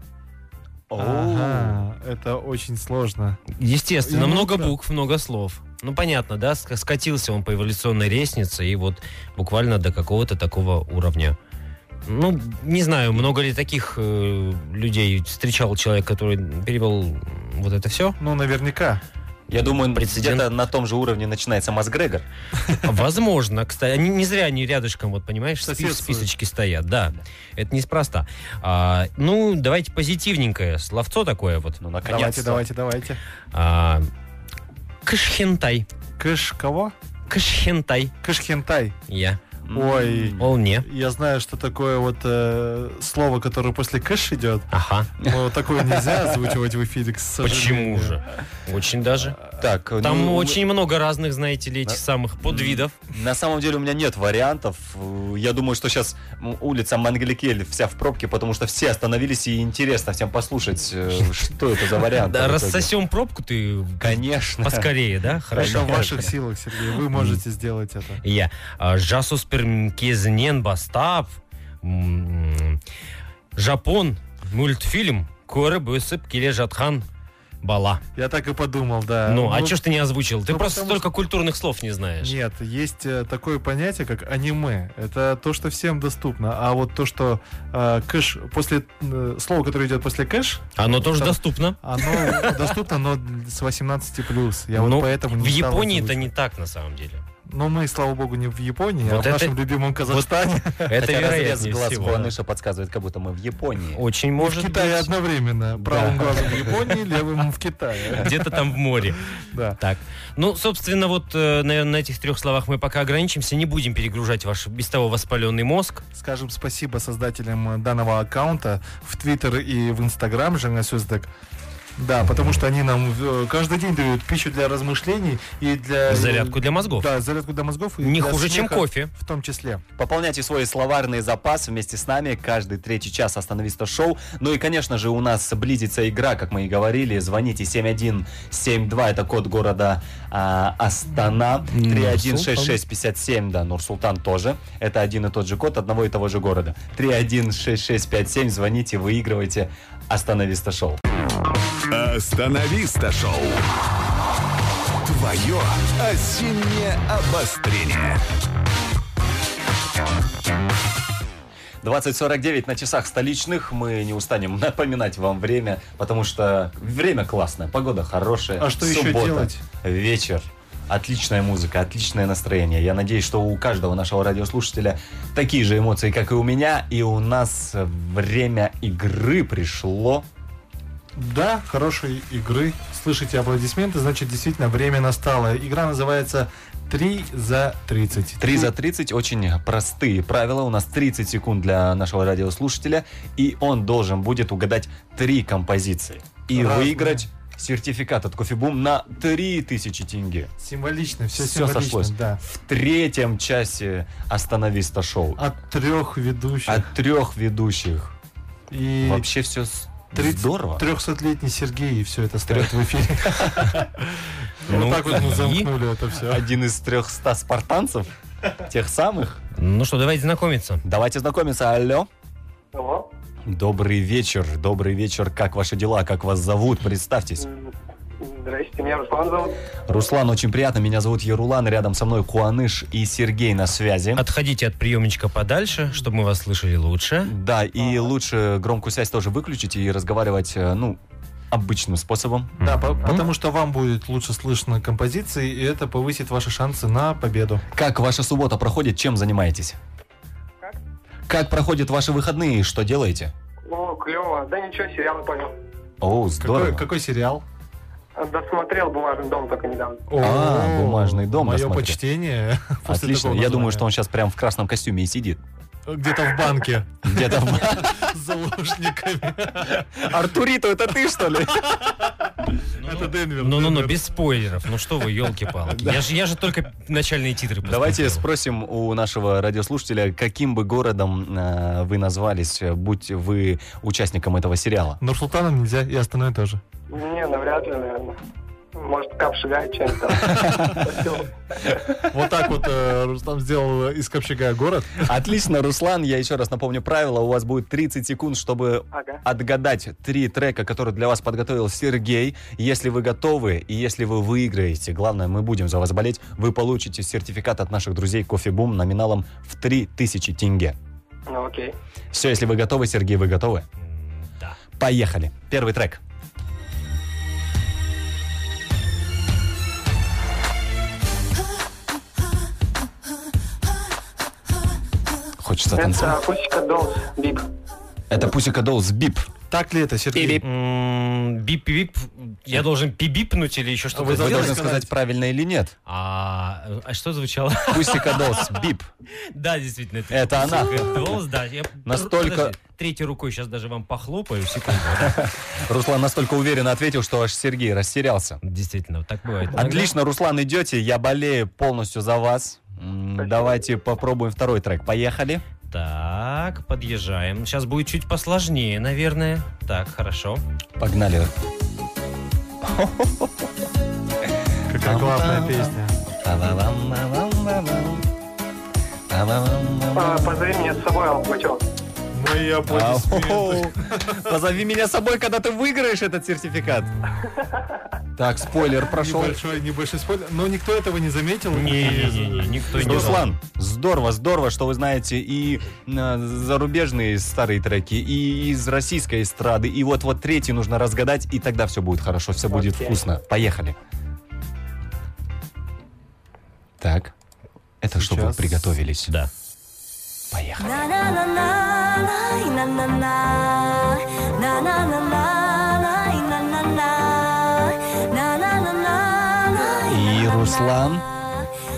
Speaker 5: Ага, это очень сложно.
Speaker 4: Естественно,
Speaker 5: Ну,
Speaker 4: много
Speaker 5: да.
Speaker 4: букв, много слов. Ну, понятно, да, ск- скатился он по эволюционной лестнице и вот буквально до какого-то такого уровня. Ну, не знаю, много ли таких э, людей встречал человек, который перевел вот это все?
Speaker 5: Ну, наверняка.
Speaker 3: Я думаю,
Speaker 4: Прецедент.
Speaker 3: где-то на том же уровне начинается Масгрегор.
Speaker 4: Возможно, кстати. Не, не зря они рядышком, вот понимаешь, спи-
Speaker 5: Соседствуют.
Speaker 4: списочки стоят, да. Это неспроста. А, ну, давайте позитивненькое словцо такое вот.
Speaker 3: Ну,
Speaker 5: Давайте,
Speaker 3: наконец-то.
Speaker 5: давайте, давайте.
Speaker 4: А, кышхентай.
Speaker 5: Кыш кого?
Speaker 4: Кышхентай.
Speaker 5: Кыш хентай.
Speaker 4: Я.
Speaker 5: Ой,
Speaker 4: Вполне.
Speaker 5: я знаю, что такое вот э, слово, которое после кэш идет.
Speaker 4: Ага.
Speaker 5: Но такое нельзя озвучивать в эфире, к сожалению.
Speaker 4: Почему же? Очень даже.
Speaker 3: Так,
Speaker 4: Там
Speaker 3: ну,
Speaker 4: очень много разных, знаете ли, этих самых подвидов.
Speaker 3: На самом деле у меня нет вариантов. Э, Я думаю, что сейчас улица Мангеликель вся в пробке, потому что все остановились, и интересно всем послушать, э, что это за вариант.
Speaker 4: Да,
Speaker 3: в итоге.
Speaker 4: рассосем пробку ты
Speaker 3: Конечно.
Speaker 4: поскорее, да?
Speaker 5: Это
Speaker 4: Хорошо.
Speaker 5: в ваших силах, Сергей. Вы можете сделать это.
Speaker 4: Я. а, Жасус пермкезнен бастап. м, Жапон мультфильм көріп өсіп келе жатқан бала.
Speaker 5: Я так и подумал, да.
Speaker 4: Ну, а чё ж ты не озвучил? Ты
Speaker 5: Э, ну,
Speaker 4: просто
Speaker 5: потому
Speaker 4: столько культурных слов не знаешь.
Speaker 5: Нет, есть э, такое понятие, как аниме. Это то, что всем доступно. А вот то, что э, кэш после э, слово, которое идет после кэш,
Speaker 4: Оно тоже
Speaker 5: Там-
Speaker 4: доступно.
Speaker 5: оно доступно, но с 18 плюс. Я
Speaker 4: Ну,
Speaker 5: вот поэтому не
Speaker 4: В
Speaker 5: стал
Speaker 4: Японии это
Speaker 5: озвучивать.
Speaker 4: не так на самом деле.
Speaker 5: Но мы, слава богу, не в Японии, а
Speaker 4: Вот
Speaker 5: в
Speaker 4: это-
Speaker 5: нашем любимом Казахстане.
Speaker 4: Это
Speaker 3: Хотя разрез
Speaker 4: вероятнее
Speaker 3: глаз
Speaker 4: всего.
Speaker 3: Куаныша подсказывает, как будто мы в Японии.
Speaker 4: Очень
Speaker 5: В
Speaker 4: может
Speaker 5: Китае
Speaker 4: быть.
Speaker 5: одновременно. Правым глазом в Японии, левым в Китае.
Speaker 4: Где-то там в море.
Speaker 5: Да.
Speaker 4: Так. Ну, собственно, вот, наверное, на этих трех словах мы пока ограничимся. Не будем перегружать ваш без того воспаленный мозг.
Speaker 5: Скажем спасибо создателям э, данного аккаунта в Твиттер и в Инстаграм Жанна Сюздек. Да, потому что они нам э, каждый день дают пищу для размышлений и для... э,
Speaker 4: Зарядку для мозгов.
Speaker 5: Да, зарядку для мозгов. и
Speaker 4: Не
Speaker 5: для
Speaker 4: хуже, чем
Speaker 5: смеха
Speaker 4: кофе.
Speaker 5: В том числе.
Speaker 3: Пополняйте свой словарный запас вместе с нами. Каждый третий час остановиста шоу. Ну и, конечно же, у нас близится игра, как мы и говорили. Звоните 7172, это код города а, Астана. 316657, да, Нурсултан тоже. Это один и тот же код одного и того же города. 316657, звоните, выигрывайте остановиста шоу.
Speaker 2: Остановиста шоу. Твое осеннее обострение.
Speaker 3: 20.49 на часах столичных. Мы не устанем напоминать вам время, потому что время классное, погода хорошая.
Speaker 5: А что еще
Speaker 3: суббота,
Speaker 5: делать?
Speaker 3: Вечер. Отличная музыка, отличное настроение. Я надеюсь, что у каждого нашего радиослушателя такие же эмоции, как и у меня. И у нас время игры пришло.
Speaker 5: Да, хорошей игры. Слышите аплодисменты, значит, действительно, время настало. Игра называется «Три за 30».
Speaker 3: 3 за 30 очень простые правила. У нас 30 секунд для нашего радиослушателя, и он должен будет угадать три композиции. И
Speaker 5: Разные.
Speaker 3: выиграть сертификат от Кофебум на 3000 тенге.
Speaker 5: Символично, все,
Speaker 3: Всё
Speaker 5: символично,
Speaker 3: сошлось.
Speaker 5: да.
Speaker 3: В третьем часе остановиста шоу.
Speaker 5: От трех ведущих.
Speaker 3: От трех ведущих.
Speaker 5: И
Speaker 3: Вообще все здорово.
Speaker 5: 300-летний Сергей все это ставит в эфире.
Speaker 4: Ну,
Speaker 5: Вот так вот мы
Speaker 4: и-
Speaker 5: замкнули это все.
Speaker 3: Один из 300 спартанцев, тех самых.
Speaker 4: Ну что, давайте знакомиться.
Speaker 3: Давайте знакомиться. Алло.
Speaker 7: Алло.
Speaker 3: Добрый вечер, добрый вечер. Как ваши дела, как вас зовут? Представьтесь.
Speaker 7: М, Здрасте, меня Руслан зовут.
Speaker 3: Руслан, очень приятно. Меня зовут Ярулан. Рядом со мной Куаныш и Сергей на связи.
Speaker 4: Отходите от приемничка подальше, чтобы мы вас слышали лучше.
Speaker 3: Да, и лучше громкую связь тоже выключить и разговаривать, э, ну, обычным способом.
Speaker 5: Да, по- потому что вам будет лучше слышно композиции, и это повысит ваши шансы на победу.
Speaker 3: Как ваша суббота проходит? Чем занимаетесь?
Speaker 7: Как?
Speaker 3: Как проходят ваши выходные? Что делаете?
Speaker 7: О, клево. Да ничего, сериалы понял.
Speaker 3: О,
Speaker 5: Какой,
Speaker 3: здорово.
Speaker 5: какой сериал?
Speaker 7: Досмотрел «Бумажный дом» только недавно.
Speaker 3: А,
Speaker 5: О,
Speaker 3: «Бумажный дом»
Speaker 5: Мое
Speaker 3: досмотрел.
Speaker 5: почтение. после
Speaker 3: Отлично.
Speaker 5: такого
Speaker 3: Я думаю, что он
Speaker 5: названия.
Speaker 3: сейчас прям в красном костюме и сидит.
Speaker 5: Где-то в банке
Speaker 3: Где-то в...
Speaker 5: с заложниками.
Speaker 3: Артурито, это ты, что ли?
Speaker 5: Это Денвер.
Speaker 4: Ну-ну-ну,
Speaker 5: Денвер.
Speaker 4: без спойлеров. Ну что вы, елки-палки. Я же, я же только начальные титры
Speaker 3: Давайте
Speaker 4: посмотрел.
Speaker 3: спросим у нашего радиослушателя, каким бы городом э, вы назвались, э, будь вы участником этого сериала.
Speaker 5: Нурсултаном нельзя, и остальное тоже.
Speaker 7: Не, навряд ли, наверное. Может, капшигай чем то
Speaker 5: Вот так вот э, Рустам сделал из Копчега город.
Speaker 3: Отлично, Руслан, я еще раз напомню правила. У вас будет 30 секунд, чтобы
Speaker 7: Ага.
Speaker 3: отгадать три трека, которые для вас подготовил Сергей. Если вы готовы и если вы выиграете, главное, мы будем за вас болеть, вы получите сертификат от наших друзей Кофе Бум номиналом в 3000 тенге.
Speaker 7: Ну, окей.
Speaker 3: Все, если вы готовы, Сергей, вы готовы?
Speaker 4: М, Да.
Speaker 3: Поехали. Первый трек. Хочется
Speaker 7: Это
Speaker 3: танцевать.
Speaker 7: акустика Dolls Big.
Speaker 3: Это Пусика Доллс Бип.
Speaker 5: Так ли это, Сергей?
Speaker 4: М, Бип-бип. Я должен пибипнуть или еще что-то
Speaker 5: Вы
Speaker 3: Вы
Speaker 4: сделать?
Speaker 3: должны сказать, правильно или нет.
Speaker 4: А, э, а что звучало?
Speaker 3: Пусика Долс, бип.
Speaker 4: да, действительно. Это,
Speaker 3: Это она.
Speaker 4: Голос, да. я-
Speaker 3: Настолько-
Speaker 4: Подожди, Третьей рукой сейчас даже вам похлопаю. Секунду.
Speaker 3: Руслан настолько уверенно ответил, что аж Сергей растерялся.
Speaker 4: Действительно, вот так бывает.
Speaker 3: Отлично, Руслан, идете. Я болею полностью за вас. М, Давайте попробуем второй трек. Поехали.
Speaker 4: Так, подъезжаем. Сейчас будет чуть посложнее, наверное. Так, хорошо.
Speaker 3: Погнали.
Speaker 5: Какая классная песня.
Speaker 7: А, Позови меня с собой, Алпачев.
Speaker 5: Мои аплодисменты.
Speaker 3: Позови меня с собой, когда ты выиграешь этот сертификат. Так, спойлер прошел.
Speaker 5: Небольшой, небольшой спойлер. Но никто этого не заметил.
Speaker 4: Не-не-не, никто не
Speaker 3: Руслан, здорово, здорово, что вы знаете и э, зарубежные старые треки, и из российской эстрады, и вот-вот третий нужно разгадать, и тогда все будет хорошо, все будет
Speaker 7: Окей.
Speaker 3: вкусно. Поехали. Так, это чтобы вы
Speaker 5: Сейчас.
Speaker 3: приготовились.
Speaker 4: Да.
Speaker 3: Поехали. И Руслан.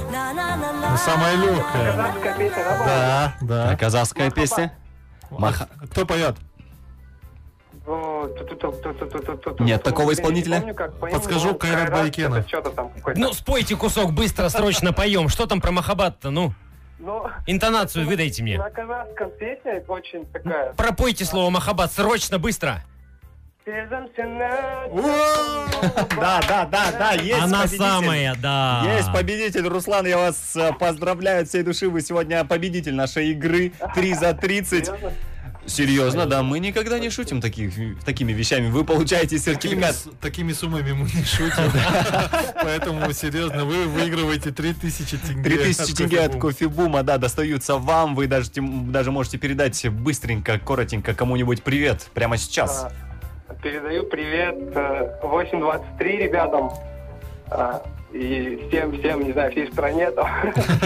Speaker 5: Ну, Самая легкая.
Speaker 7: Казахская песня, да, по-моему?
Speaker 5: Да,
Speaker 3: А
Speaker 5: да.
Speaker 3: казахская песня? Маха.
Speaker 5: Кто поет?
Speaker 7: Ну, ту-ту-ту-ту-ту-ту-ту-ту.
Speaker 3: Нет, такого
Speaker 7: Я не
Speaker 3: исполнителя?
Speaker 7: помню, как по нему,
Speaker 5: Подскажу,
Speaker 7: ну,
Speaker 5: Кайрат Байкенов.
Speaker 7: это Что-то там какой-то.
Speaker 4: Ну, спойте кусок быстро, срочно поем. Что там про Махабат-то? Ну,
Speaker 7: Ну,
Speaker 4: интонацию выдайте мне.
Speaker 7: на казахском песня очень такая.
Speaker 4: Пропойте слово Махабат срочно, быстро.
Speaker 7: Сезам сена,
Speaker 3: Да, да, да, да, есть
Speaker 4: Она
Speaker 3: победитель.
Speaker 4: самая, да.
Speaker 3: Есть победитель, Руслан, я вас э, поздравляю от всей души, вы сегодня победитель нашей игры 3 за 30.
Speaker 7: серьезно?
Speaker 3: Серьезно, да, мы никогда не шутим таких, такими вещами. Вы получаете
Speaker 5: Такими,
Speaker 3: сертификат.
Speaker 5: с- такими суммами мы не шутим. Поэтому, серьезно, вы выигрываете 3000 тенге.
Speaker 3: 3000
Speaker 5: от
Speaker 3: тенге от
Speaker 5: Кофебума.
Speaker 3: кофебума, да, достаются вам. Вы даже, тем- даже можете передать быстренько, коротенько кому-нибудь привет прямо сейчас.
Speaker 7: А, Передаю привет э, 823 ребятам. А, И всем, всем, не знаю, всей стране там.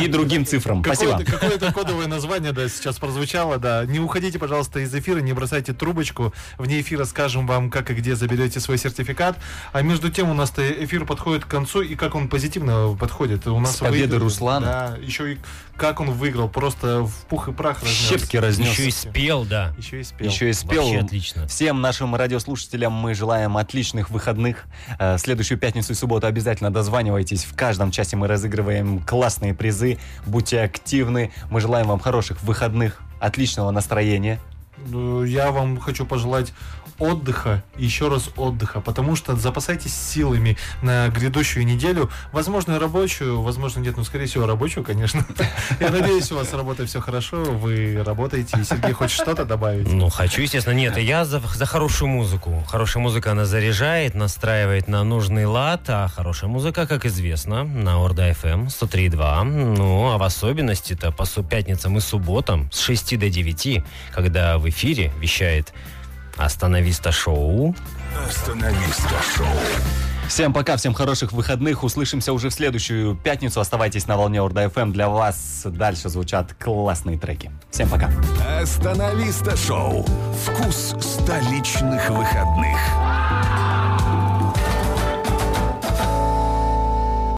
Speaker 3: И другим цифрам. Спасибо.
Speaker 5: Какое-то, какое-то кодовое название, да, сейчас прозвучало, да. Не уходите, пожалуйста, из эфира, не бросайте трубочку. Вне эфира скажем вам, как и где заберете свой сертификат. А между тем у нас-то эфир подходит к концу, и как он позитивно подходит. У нас
Speaker 3: С победы
Speaker 5: выиграл-
Speaker 3: Руслана.
Speaker 5: Да, еще и как он выиграл, просто в пух и прах разнес.
Speaker 3: Щепки разнес.
Speaker 4: Еще и спел, да.
Speaker 5: Еще и спел.
Speaker 3: Еще и спел.
Speaker 4: Вообще отлично.
Speaker 3: Всем нашим радиослушателям мы желаем отличных выходных. Э, Следующую пятницу и субботу обязательно дозванивайтесь. В каждом часе мы разыгрываем классные призы. Будьте активны. Мы желаем вам хороших выходных, отличного настроения.
Speaker 5: Ну, Я вам хочу пожелать отдыха, и еще раз отдыха, потому что запасайтесь силами на грядущую неделю, возможно, рабочую, возможно, нет, ну, скорее всего, рабочую, конечно. Я надеюсь, у вас с работой все хорошо, вы работаете, и Сергей хочет что-то добавить.
Speaker 4: Ну, хочу, естественно. Нет, я за, за хорошую музыку. Хорошая музыка, она заряжает, настраивает на нужный лад, а хорошая музыка, как известно, на Орда FM 103.2. Ну, а в особенности-то по су- пятницам и субботам с 6 до 9, когда в эфире вещает Остановиста шоу.
Speaker 2: Остановиста шоу.
Speaker 3: Всем пока, всем хороших выходных. Услышимся уже в следующую пятницу. Оставайтесь на волне Орда ФМ. Для вас дальше звучат классные треки. Всем пока.
Speaker 2: Остановиста шоу. Вкус столичных выходных.